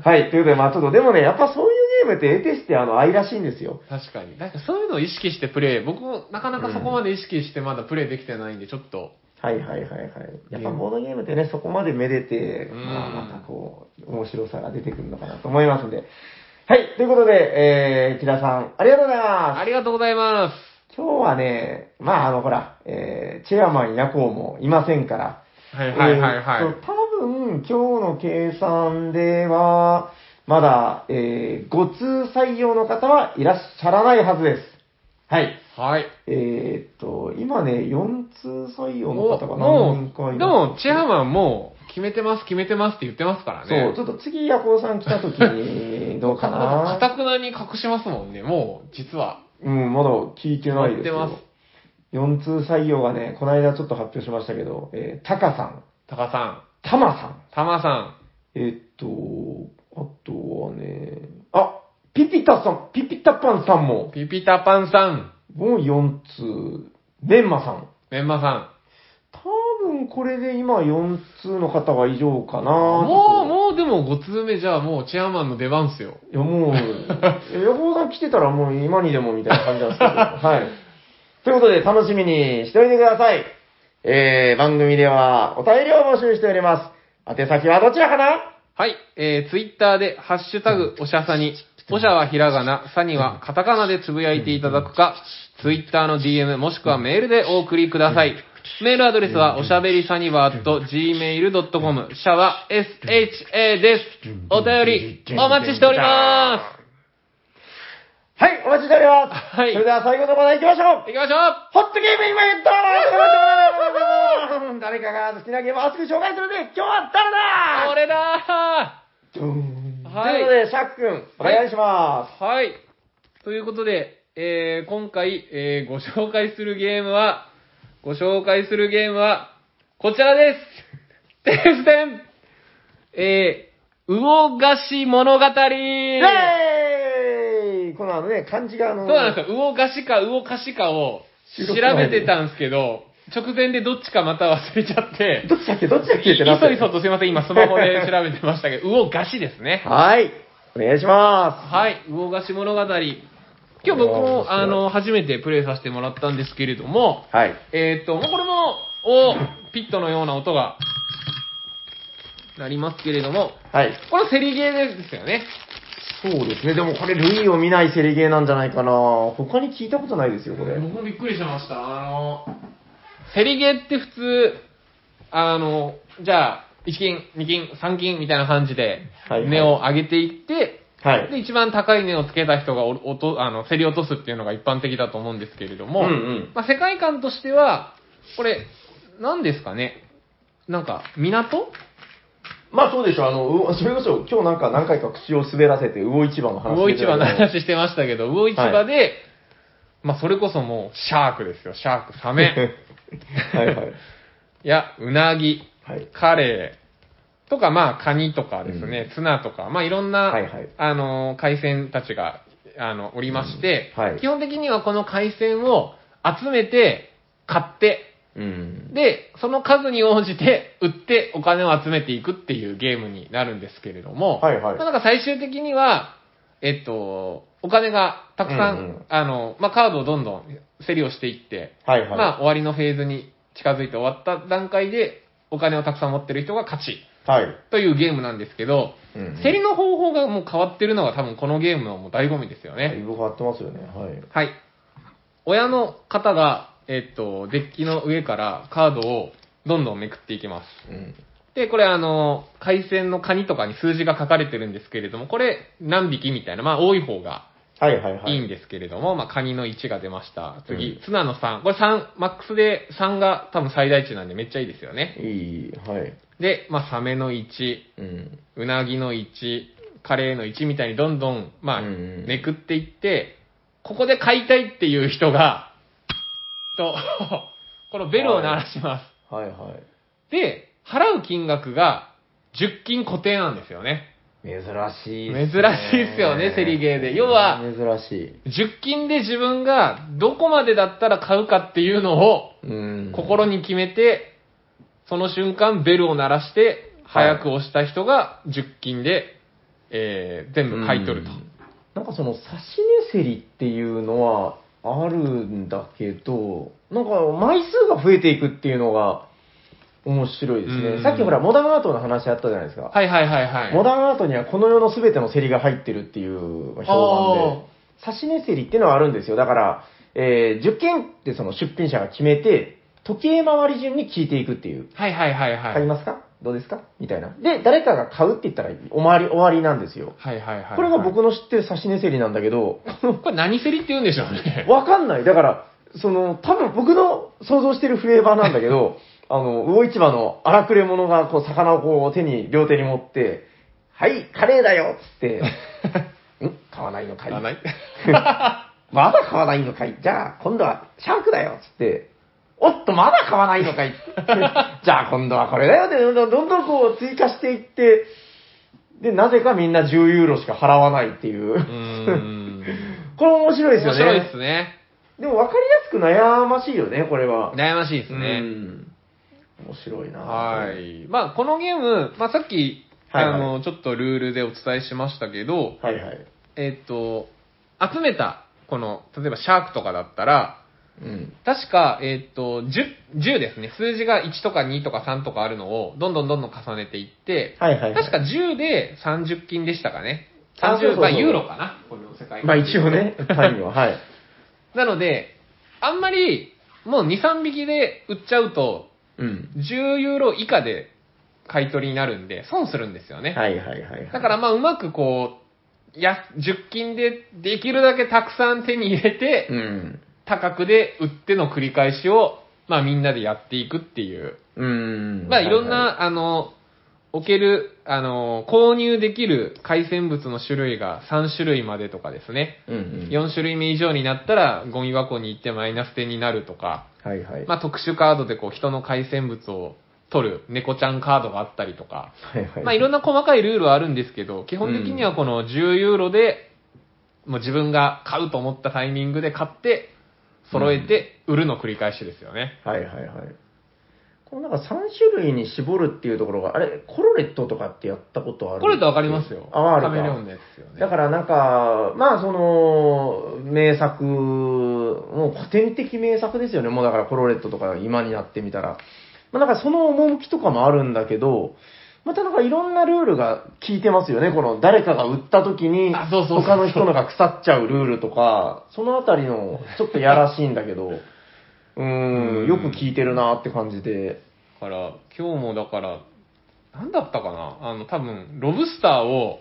Speaker 2: はい、ということで、まあちょっと、でもね、やっぱそういうゲゲームって得てしてあの愛らしいんですよ。
Speaker 1: 確かに。なんかそういうのを意識してプレイ、僕もなかなかそこまで意識してまだプレイできてないんで、ちょっと、
Speaker 2: はいはいはいはい。やっぱボードゲームってね、そこまでめでて、
Speaker 1: うん
Speaker 2: まあ、またこう、面白さが出てくるのかなと思いますんで。はい、ということで、えー、木田さん、ありがとうございます
Speaker 1: あ。りがとうございます。
Speaker 2: 今日はね、まああのほら、えー、チェアマン夜行もいませんから、
Speaker 1: はいはいはいはい。
Speaker 2: えーっと多分、今日の計算では、まだ、えー、5通採用の方はいらっしゃらないはずです。はい。
Speaker 1: はい。
Speaker 2: えーっと、今ね、4通採用の方が
Speaker 1: も
Speaker 2: 何人か
Speaker 1: う、で
Speaker 2: いら
Speaker 1: も、チェ
Speaker 2: う
Speaker 1: アマンもう、決めてます、決めてますって言ってますから
Speaker 2: そ
Speaker 1: ね
Speaker 2: う、。ちょっと次、ヤコウさん来た時に、どうか
Speaker 1: か
Speaker 2: な。
Speaker 1: たくなに隠しますもんね、もう、実は。
Speaker 2: うん、まだ聞いてないですよ。
Speaker 1: 待ってます
Speaker 2: 4通採用がね、この間ちょっと発表しましたけど、えー、タカさん、
Speaker 1: タカさん、
Speaker 2: タマさん、
Speaker 1: タマさ
Speaker 2: えーっと、あとはね、あ、ピピタさん、ピピタパンさん
Speaker 1: ん、
Speaker 2: も、
Speaker 1: ピピタパンさん、
Speaker 2: もう4通、メンマさん。
Speaker 1: メンマさん。
Speaker 2: 多分これで今4通の方は以上かな
Speaker 1: もう、もうでも5通目じゃあもうチェアマンの出番っすよ。
Speaker 2: い
Speaker 1: *laughs*
Speaker 2: や、もう、予報さん来てたらもう今にでもみたいな感じなんですけ
Speaker 1: *laughs*
Speaker 2: ど。はい。ということで、楽しみにしておいてください。えー、番組ではお便りを募集しております。宛先はどちらかな
Speaker 1: はい、えー、ツイッターで、ハッシュタグ、おしゃさに、おしゃはひらがな、さにはカタカナでつぶやいていただくか、ツイッターの DM もしくはメールでお送りください。メールアドレスは、おしゃべりサニバー .gmail.com、シャワ SHA です。お便り、お待ちしております。
Speaker 2: はい、お待ちしております。
Speaker 1: はい
Speaker 2: それでは最後の話題行きましょう
Speaker 1: 行きましょ
Speaker 2: ホットゲーム今言った誰かが好きなゲームを熱く紹介するで、今日は誰
Speaker 1: う俺
Speaker 2: だ
Speaker 1: だ
Speaker 2: ドーン
Speaker 1: はい
Speaker 2: ということで、シャックン、お願いしま
Speaker 1: ーはい。ということで、えー、今回、えー、ご紹介するゲームは、ご紹介するゲームは、こちらです *laughs* テレステンえー、魚菓子物語
Speaker 2: す。イェーイこのあのね、漢字があの、
Speaker 1: そうなんですよ。魚菓子か魚菓子かを調べてたんですけど、直前でどっちかまた忘れちゃって、
Speaker 2: どっちだっけどっちだっけ
Speaker 1: い
Speaker 2: って
Speaker 1: そ
Speaker 2: なって。
Speaker 1: いそとすいません、今スマホで調べてましたけど、魚菓子ですね。
Speaker 2: はい。お願いしま
Speaker 1: はい、魚菓子物語。今日僕
Speaker 2: いやー面白
Speaker 1: も
Speaker 2: い、
Speaker 1: あの、初めてプレイさせてもらったんですけれども、
Speaker 2: す。はい。
Speaker 1: えーっと、もうこれも、おピットのような音が、なりますけれども、
Speaker 2: はい。
Speaker 1: これセリゲーですよね。
Speaker 2: そうですね。でもこれ、類を見ないセリゲーなんじゃないかな。他に聞いたことないですよ、これ。
Speaker 1: 僕もびっくりしました。あの、セリゲーって普通、あの、じゃあ、1金、2金、3金みたいな感じで
Speaker 2: はいは、い
Speaker 1: 値を上げていって、
Speaker 2: はい。
Speaker 1: で、一番高い値をつけた人がお落とあの競り落とすっていうのが一般的だと思うんですけれども、
Speaker 2: うんうん
Speaker 1: まあ、世界観としては、これ、何ですかねなんか、港
Speaker 2: まあそうでしょう。あの、うそれこそ、今日なんか何回か口を滑らせて、魚市場の話
Speaker 1: 魚市場の
Speaker 2: してたけ
Speaker 1: 話してましたけど、魚市場で、まあ、それこそもう、シャークですよ、シャーク、サメ。
Speaker 2: ど。 *laughs* はいはい。
Speaker 1: いや、うなぎ、
Speaker 2: はい。
Speaker 1: カレーとか、まあ、カニとかですね、ツナとか、まあ、いろんな、
Speaker 2: はいはい
Speaker 1: あの、海鮮たちが、あの、おりまして、
Speaker 2: うんはい
Speaker 1: 基本的にはこの海鮮を集めて、買って、
Speaker 2: うん。
Speaker 1: で、その数に応じて、売ってお金を集めていくっていうゲームになるんですけれども、
Speaker 2: はいはい
Speaker 1: まあなんか最終的には、えっと、お金がたくさん、
Speaker 2: うんうん
Speaker 1: あの、まあ、カードをどんどん競りをしていって、
Speaker 2: はいはい。
Speaker 1: まあ、終わりのフェーズに近づいて終わった段階で、お金をたくさん持ってる人が勝ち
Speaker 2: はい。
Speaker 1: というゲームなんですけど、
Speaker 2: うんうん
Speaker 1: 競りの方法がもう変わってるのが多分このゲームのもう醍醐味ですよ
Speaker 2: だい
Speaker 1: ね。
Speaker 2: ぶ変わってますよね。はい。
Speaker 1: はい。親の方が、えっと、デッキの上からカードをどんどんめくっていきます。
Speaker 2: うん。
Speaker 1: で、これあの、海鮮のカニとかに数字が書かれてるんですけれども、これ何匹みたいな、まあ多い方が
Speaker 2: はいはいはい
Speaker 1: い
Speaker 2: い。
Speaker 1: んですけれども、まあ、カニの1が出ました。次、
Speaker 2: うん
Speaker 1: ツナの3。これ3、マックスで3が多分最大値なんでめっちゃいいですよね。
Speaker 2: いい。はい。
Speaker 1: で、まあ、サメの1、
Speaker 2: うん。
Speaker 1: うなぎの1、カレーの1みたいにどんどん、まあ、
Speaker 2: うんうん
Speaker 1: めくっていって、ここで買いたいっていう人が、と、 *laughs* このベルを鳴らします。
Speaker 2: はいはい。
Speaker 1: で、払う金額が10金固定なんですよね。
Speaker 2: 珍しいっす
Speaker 1: 珍
Speaker 2: ね。
Speaker 1: しいっすよねセリゲーで要は
Speaker 2: 珍しい。
Speaker 1: 10金で自分がどこまでだったら買うかっていうのを
Speaker 2: うん
Speaker 1: 心に決めて、その瞬間ベルを鳴らして、
Speaker 2: はい
Speaker 1: 早く押した人が10金で、えー全部買い取ると。
Speaker 2: なんかその、刺し根セリっていうのはあるんだけど、なんか枚数が増えていくっていうのが面白いです
Speaker 1: うん
Speaker 2: ね。さっきほら、モダンアートの話あったじゃないですか。
Speaker 1: はいはいはいはい。
Speaker 2: モダンアートにはこの世の全てのセリが入ってるっていう評判で、差し値セリっていうのはあるんですよ。だから、えー10件ってその出品者が決めて、時計回り順に聞いていくっていう。
Speaker 1: はいはいはいはい。
Speaker 2: 買いますかどうですかみたいな。で、誰かが買うって言ったら、おまわり、終わりなんですよ。
Speaker 1: はいはいはい。
Speaker 2: これが僕の知ってる差し値セリなんだけど、
Speaker 1: これ何セリって言うんでしょうね。
Speaker 2: わかんない。だから、その、多分僕の想像してるフレーバーなんだ
Speaker 1: *laughs*
Speaker 2: けど、あの、魚市場の荒くれ者が、こう、魚をこう、手に、両手に持って、はい、カレーだよっつ
Speaker 1: *laughs*
Speaker 2: って、ん買わないのかい
Speaker 1: 買わない
Speaker 2: *laughs* まだ買わないのかいじゃあ、今度はシャークだよっつって、おっと、まだ買わないのかい
Speaker 1: *laughs*
Speaker 2: じゃあ、今度はこれだよって、どんどんどんどんこう、追加していって、で、なぜかみんな10ユーロしか払わないっていう。
Speaker 1: うーん。
Speaker 2: これ面白いです
Speaker 1: 面
Speaker 2: よね。
Speaker 1: 白いですね。
Speaker 2: でも分かりやすく悩ましいよね、これは。
Speaker 1: 悩ましいです
Speaker 2: う
Speaker 1: ね。
Speaker 2: ん面白いな
Speaker 1: はい。まあ、このゲーム、まあ、さっき、
Speaker 2: はいはい
Speaker 1: あの、ちょっとルールでお伝えしましたけど、
Speaker 2: はいはい。
Speaker 1: えっ、と、集めた、この、例えばシャークとかだったら、
Speaker 2: うん。
Speaker 1: 確か、えっ、と10、10ですね。数字が1とか2とか3とかあるのを、どんどんどんどん重ねていって、
Speaker 2: はいはい、はい。
Speaker 1: 確か10で30金でしたかね。
Speaker 2: あそうそう
Speaker 1: 30、
Speaker 2: そう
Speaker 1: まあ、ユーロかな。この世界
Speaker 2: まあ一
Speaker 1: *laughs*
Speaker 2: 応ね、単位は。はい。
Speaker 1: なので、あんまり、もう2、3匹で売っちゃうと、
Speaker 2: うん。
Speaker 1: 10ユーロ以下で買い取りになるんで、損するんですよね。
Speaker 2: はいはいはい、はい。
Speaker 1: だからまあ、うまくこう、や、10金でできるだけたくさん手に入れて、
Speaker 2: うん。
Speaker 1: 高くで売っての繰り返しを、まあみんなでやっていくっていう。
Speaker 2: うん。
Speaker 1: まあいろんな、
Speaker 2: は
Speaker 1: あの、置ける、あの、購入できる海鮮物の種類が3種類までとかですね。
Speaker 2: いはい、うん、うん。
Speaker 1: 4種類目以上になったら、ゴミ箱に行ってマイナス点になるとか、
Speaker 2: はいはい。
Speaker 1: まあ特殊カードでこう人の海鮮物を取る猫ちゃんカードがあったりとか、
Speaker 2: はいはい。
Speaker 1: まあいろんな細かいルールはあるんですけど、基本的にはこの10ユーロで、もう自分が買うと思ったタイミングで買って、揃えて売るの繰り返しですよね。
Speaker 2: はいはいはい。このなんか3種類に絞るっていうところが、あれ、コロレットとかってやったことある
Speaker 1: これとわかりますよ。
Speaker 2: あ、ある
Speaker 1: カ
Speaker 2: か。
Speaker 1: メレオンのやつですよね。
Speaker 2: だからなんか、まあその、名作、もう古典的名作ですよね。もうだからコロレットとか今になってみたら。まあなんかその趣とかもあるんだけど、またなんかいろんなルールが効いてますよね。この誰かが売った時に、
Speaker 1: あそうそうそう
Speaker 2: 他の人のが腐っちゃうルールとか、そのあたりのちょっとやらしいんだけ
Speaker 1: *laughs*
Speaker 2: ど、うーん、よく効いてるなって感じで。
Speaker 1: だから、今日もだから、なんだったかなあの、多分、ロブスターを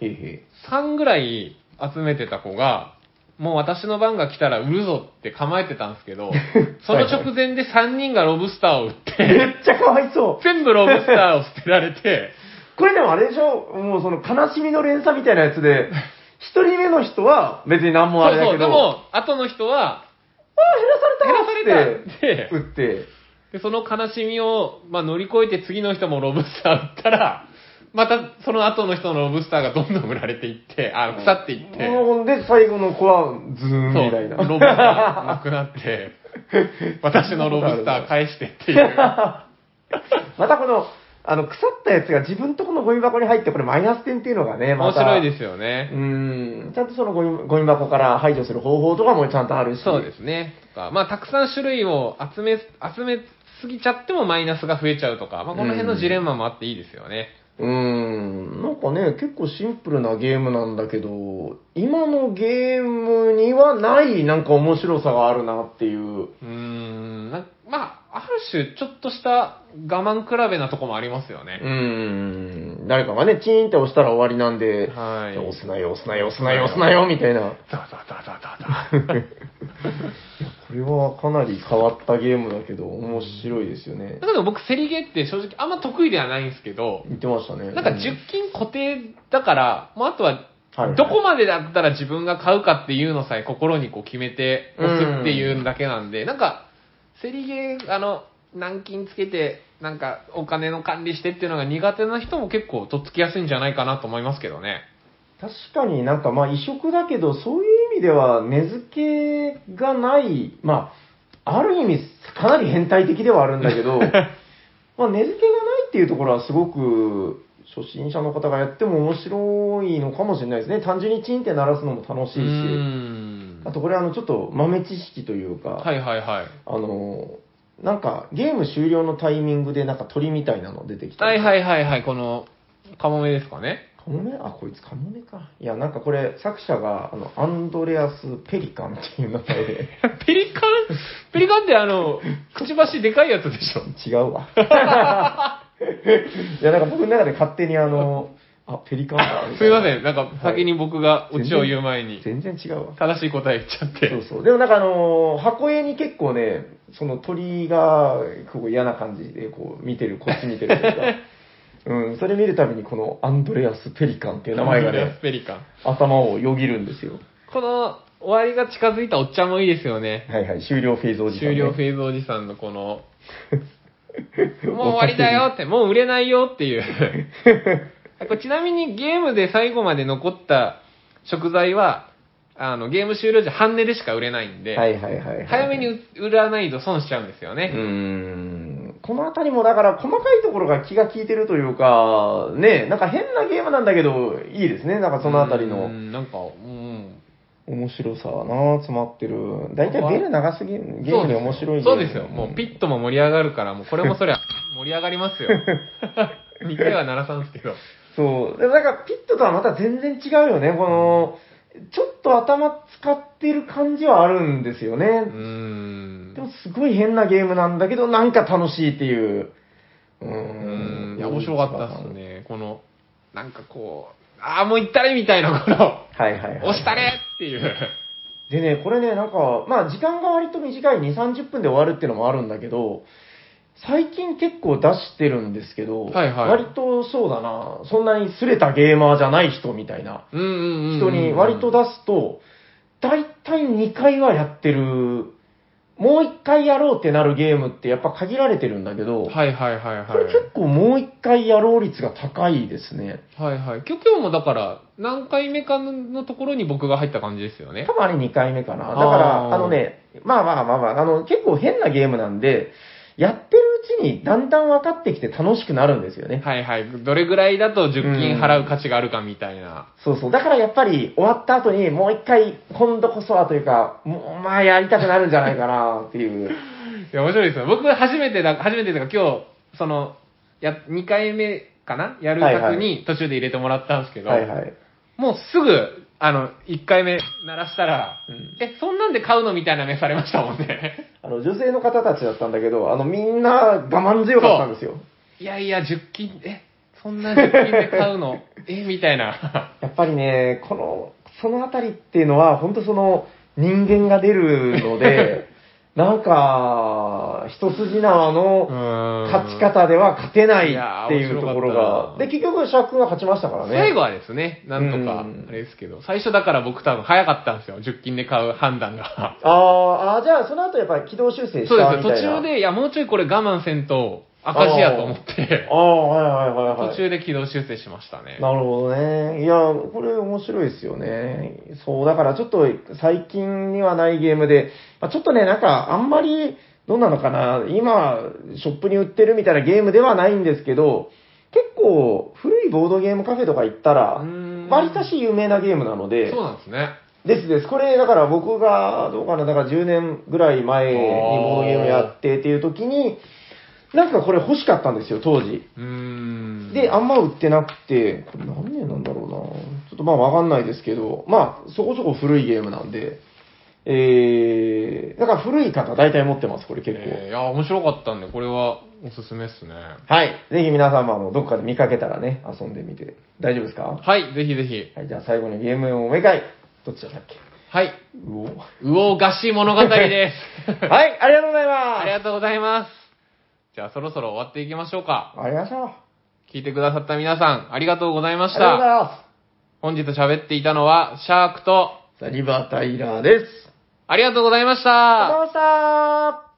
Speaker 2: へい
Speaker 1: *laughs*
Speaker 2: へ
Speaker 1: 3ぐらい集めてた子が、もう私の番が来たら売るぞって構えてたんですけ
Speaker 2: *laughs*
Speaker 1: ど、その直前で3人がロブスターを売っ
Speaker 2: い。
Speaker 1: て、
Speaker 2: めっちゃかわいそう。
Speaker 1: 全部ロブスターを捨てられて、
Speaker 2: これでもあれでしょもうその悲しみの連鎖みたいなやつで、
Speaker 1: *laughs*
Speaker 2: 一人目の人は別に何 *laughs* もあれだ
Speaker 1: そうそ
Speaker 2: け
Speaker 1: う、で
Speaker 2: ど、
Speaker 1: も、後の人は、
Speaker 2: ああ、
Speaker 1: 減
Speaker 2: 減
Speaker 1: ら
Speaker 2: ら
Speaker 1: さ
Speaker 2: され
Speaker 1: れ
Speaker 2: た
Speaker 1: たんで
Speaker 2: っ *laughs* て、、打って、
Speaker 1: でその悲しみを、まあ、乗り越えて次の人もロブスター売ったら、またその後の人のロブスターがどんどん売られていって、あ、腐っていって、
Speaker 2: もうで、最後の子はズー
Speaker 1: そ
Speaker 2: ン
Speaker 1: う、
Speaker 2: みたい *laughs* な。
Speaker 1: ロブスターがなくなって、
Speaker 2: *laughs*
Speaker 1: 私のロブスター返してっていう。
Speaker 2: またこの、あの、腐ったやつが自分とこのゴミ箱に入って、これマイナス点っていうのがね、
Speaker 1: 面
Speaker 2: また。
Speaker 1: 白いです
Speaker 2: よ。
Speaker 1: よ
Speaker 2: う
Speaker 1: ね。
Speaker 2: ーん、ちゃんとそのゴミゴミ箱から排除する方法とかもちゃんとあるし。
Speaker 1: そうですね。とかまあ、たくさん種類を集め、集めすぎちゃってもマイナスが増えちゃうとか、まあ、この辺のジレンマもあっていいですよね。
Speaker 2: うーん、なんかね、結構シンプルなゲームなんだけど、今のゲームにはないなんか面白さがあるなっていう。
Speaker 1: うーん、なまあ、ある種、ちょっとした我慢比べなとこもありますよ
Speaker 2: う
Speaker 1: ね。
Speaker 2: ーん、誰かがね、チーンって押したら終わりなんで、
Speaker 1: はい。
Speaker 2: 押すなよ、押すなよ、押すなよ、押すなよ、みたいな。
Speaker 1: ザザザザザザ。
Speaker 2: これはかなり変わったゲームだけど、面白いですよね。
Speaker 1: だけど僕、セリゲって正直あんま得意ではないんですけど、
Speaker 2: 言ってましたね。
Speaker 1: なんか10金固定だから、もうあとは
Speaker 2: はいはい
Speaker 1: どこまでだったら自分が買うかっていうのさえ心にこう決めて押すっていうだけなんで、なんか、セリゲー、あの、軟禁つけて、なんかお金の管理してっていうのが苦手な人も結構とっつきやすいんじゃないかなと思いますけどね。
Speaker 2: 確かになんかまあ異色だけど、そういう意味では根付けがない、まあ、ある意味
Speaker 1: *laughs*
Speaker 2: かなり変態的ではあるんだけど、まあ根付けがないっていうところはすごく初心者の方がやっても面白いのかもしれないですね。単純にチンって鳴らすのも楽し
Speaker 1: うー
Speaker 2: い
Speaker 1: ん
Speaker 2: し、あとこれあの、ちょっと豆知識というか、
Speaker 1: はいはいはい。
Speaker 2: あの、なんかゲーム終了のタイミングでなんか鳥みたいなの出てきた
Speaker 1: はい
Speaker 2: り
Speaker 1: はいはいはい、この、カモメですか
Speaker 2: *laughs*
Speaker 1: ね。
Speaker 2: カモメあ、こいつカモメか。いや、なんかこれ、作者が、あの、アンドレアス・ペリカンっていう名前で、 *laughs*
Speaker 1: ペリカンペリカンってあの、くちばしでかいやつでしょ。
Speaker 2: 違うわ。 *laughs* いや、なんか僕の中で勝手にあの、あ、ペリカンだ。
Speaker 1: *laughs* すいません、なんか先に僕がオチを言う前に、
Speaker 2: 全然違うわ。
Speaker 1: 正しい答え言っちゃっ
Speaker 2: そ
Speaker 1: て。
Speaker 2: うそう。でもなんかあのー箱絵に結構ね、その鳥が、こう嫌な感じで、こう見てる、こっち見てる
Speaker 1: *laughs*
Speaker 2: というか、うん、それ見るたびにこのアンドレアス・ペリカンっていう名
Speaker 1: *laughs*
Speaker 2: 前がね、
Speaker 1: ペリカン。
Speaker 2: 頭をよぎるんですよ。
Speaker 1: この、終わりが近づいたおっちゃんもいいですよね。
Speaker 2: はいはい、終了フェーズおじさん、
Speaker 1: 終了フ
Speaker 2: ー
Speaker 1: ェーズおじさんのこの、もう終わりだよって、もう売れないよって
Speaker 2: *laughs*
Speaker 1: いう。これちなみにゲームで最後まで残った食材は、あの、ゲーム終了時半値でしか売れないんで、
Speaker 2: はいはいはいはい。
Speaker 1: 早めに
Speaker 2: う
Speaker 1: 売らないと損しちゃうんですよ
Speaker 2: ー
Speaker 1: ね。
Speaker 2: ん。このあたりもだから細かいところが気が利いてるというか、ね、なんか変なゲームなんだけど、いいですね。なんかそのあたり
Speaker 1: う
Speaker 2: の
Speaker 1: んなんか、うん。
Speaker 2: 面白さはな詰まってる。だいたいベル長すぎ、ゲームで面白い
Speaker 1: そうですよ。もうピ
Speaker 2: ッ。
Speaker 1: ットも盛り上がるから、もうこれもそりゃ盛り上がり
Speaker 2: *laughs*
Speaker 1: ますよ。似てはならさんですけど。
Speaker 2: そう。でもなんかピットとはまた全然違うよね。この、ちょっと頭使ってる感じはあるんですよね。
Speaker 1: うーん
Speaker 2: で。もすごい変なゲームなんだけど、なんか楽しいっていう。う
Speaker 1: う
Speaker 2: ー
Speaker 1: ー
Speaker 2: ん。
Speaker 1: ん。いや、面白かったっす。ね。この、なんかこう、ああ、もう行ったれみたいな、この、
Speaker 2: はいはい、はい。
Speaker 1: 押したれっていう。
Speaker 2: でね、これね、なんか、まあ時間が割と短い2、30分で終わるっていうのもあるんだけど、最近結構出してるんですけど、
Speaker 1: はいはい
Speaker 2: 割とそうだな、そんなに擦れたゲーマーじゃない人みたいな
Speaker 1: うんうんうんうん。
Speaker 2: 人に割と出すと、大体2回はやってる、もう1回やろうってなるゲームってやっぱ限られてるんだけど、
Speaker 1: はいはいはいはい。
Speaker 2: これ結構もう1回やろう率が高いですね。
Speaker 1: はいはい。今日今日もだから、何回目かのところに僕が入った感じですよね
Speaker 2: 多。分あれ2回目かな。だか
Speaker 1: あ
Speaker 2: ら、
Speaker 1: ー
Speaker 2: あのね、まあまあまあまあ、あの、結構変なゲームなんで、やってるうちにだんだん分かってきて楽しくなるんですよね。
Speaker 1: はいはい。どれぐらいだと10金払う価値があるかみたいな。
Speaker 2: そうそう。だからやっぱり終わった後にもう一回、今度こそはというか、もうまあやりたくなるんじゃないかなっていう。
Speaker 1: いや、面白いですよ。僕、初めてだ、初めてというか、今日、その、や、2回目かなやる
Speaker 2: はい
Speaker 1: 客
Speaker 2: は
Speaker 1: に途中で入れてもらったんですけど、
Speaker 2: *laughs* はいはい。
Speaker 1: もうすぐ、あの、1回目鳴らしたら、
Speaker 2: うん
Speaker 1: え、そんなんで買うのみたいな目されましたもんね。
Speaker 2: あの、女性の方たちだったんだけど、あの、みんな我慢強かったんですよ。
Speaker 1: *laughs* いやいや、10金、え、そんな10金 *laughs* で買うのえ、みたいな。
Speaker 2: やっぱりね、この、そのあたりっていうのは、本当その、人間が出るの *laughs* で、なんか、一筋縄の、勝ち方では勝てないっていうところが。
Speaker 1: いやー面白かった
Speaker 2: で、結局、シャーク君が勝ちましたからね。
Speaker 1: 最後はですね、なんとか
Speaker 2: うん、
Speaker 1: あれですけど、最初だから僕多分早かったんですよ、10金で買う判断が。
Speaker 2: あーあー、じゃあ、その後やっぱり軌道修正したみた
Speaker 1: そ
Speaker 2: いうな。
Speaker 1: です、途中。で、いや、もうちょいこれ我慢せんと赤字やと思って
Speaker 2: あ、あ、はいはいはいはい。
Speaker 1: 途中で軌道修正しましたね。
Speaker 2: なるほどね。いや、これ面白いですよね。そう、だからちょっと最近にはないゲームで、まあ、ちょっとね、なんかあんまり、どうなのかな、今、ショップに売ってるみたいなゲームではないんですけど、結構古いボードゲームカフェとか行ったら
Speaker 1: うー、ん
Speaker 2: 割かし有名なゲームなので、
Speaker 1: そうなんですね。
Speaker 2: ですです。これ、だから僕が、どうかな、だから10年ぐらい前にボードゲームやってっていう時に、なんかこれ欲しかったんですよ、当時。
Speaker 1: うーん。
Speaker 2: で、あんま売ってなくて、これ何年なんだろうなちょっとまあわかんないですけど、まあ、そこそこ古いゲームなんで、えー、だから古い方大体持ってます、これ結構。
Speaker 1: えーいや、面白かったんで、これはおすすめっすね。
Speaker 2: はい。ぜひ皆様もどっかで見かけたらね、遊んでみて。大丈夫ですか
Speaker 1: はい、ぜひぜひ。
Speaker 2: はい、じゃあ最後にゲームをもう一回。どっちだったっけ
Speaker 1: はい、
Speaker 2: うお
Speaker 1: うおがし物語
Speaker 2: *laughs*
Speaker 1: です。
Speaker 2: はい、ありがとうございます。
Speaker 1: ありがとうございます。じゃあ、そろそろ終わっていきましょうか。
Speaker 2: ありがとうございました。
Speaker 1: 聞いてくださった皆さん、ありがとうございまし
Speaker 2: ありがとうござ
Speaker 1: た。
Speaker 2: いま
Speaker 1: 本日喋っていたのは、シャークと、
Speaker 2: す。ザリバータイラーです。
Speaker 1: ありがとうございまし
Speaker 2: あり
Speaker 1: た。
Speaker 2: がとうございました。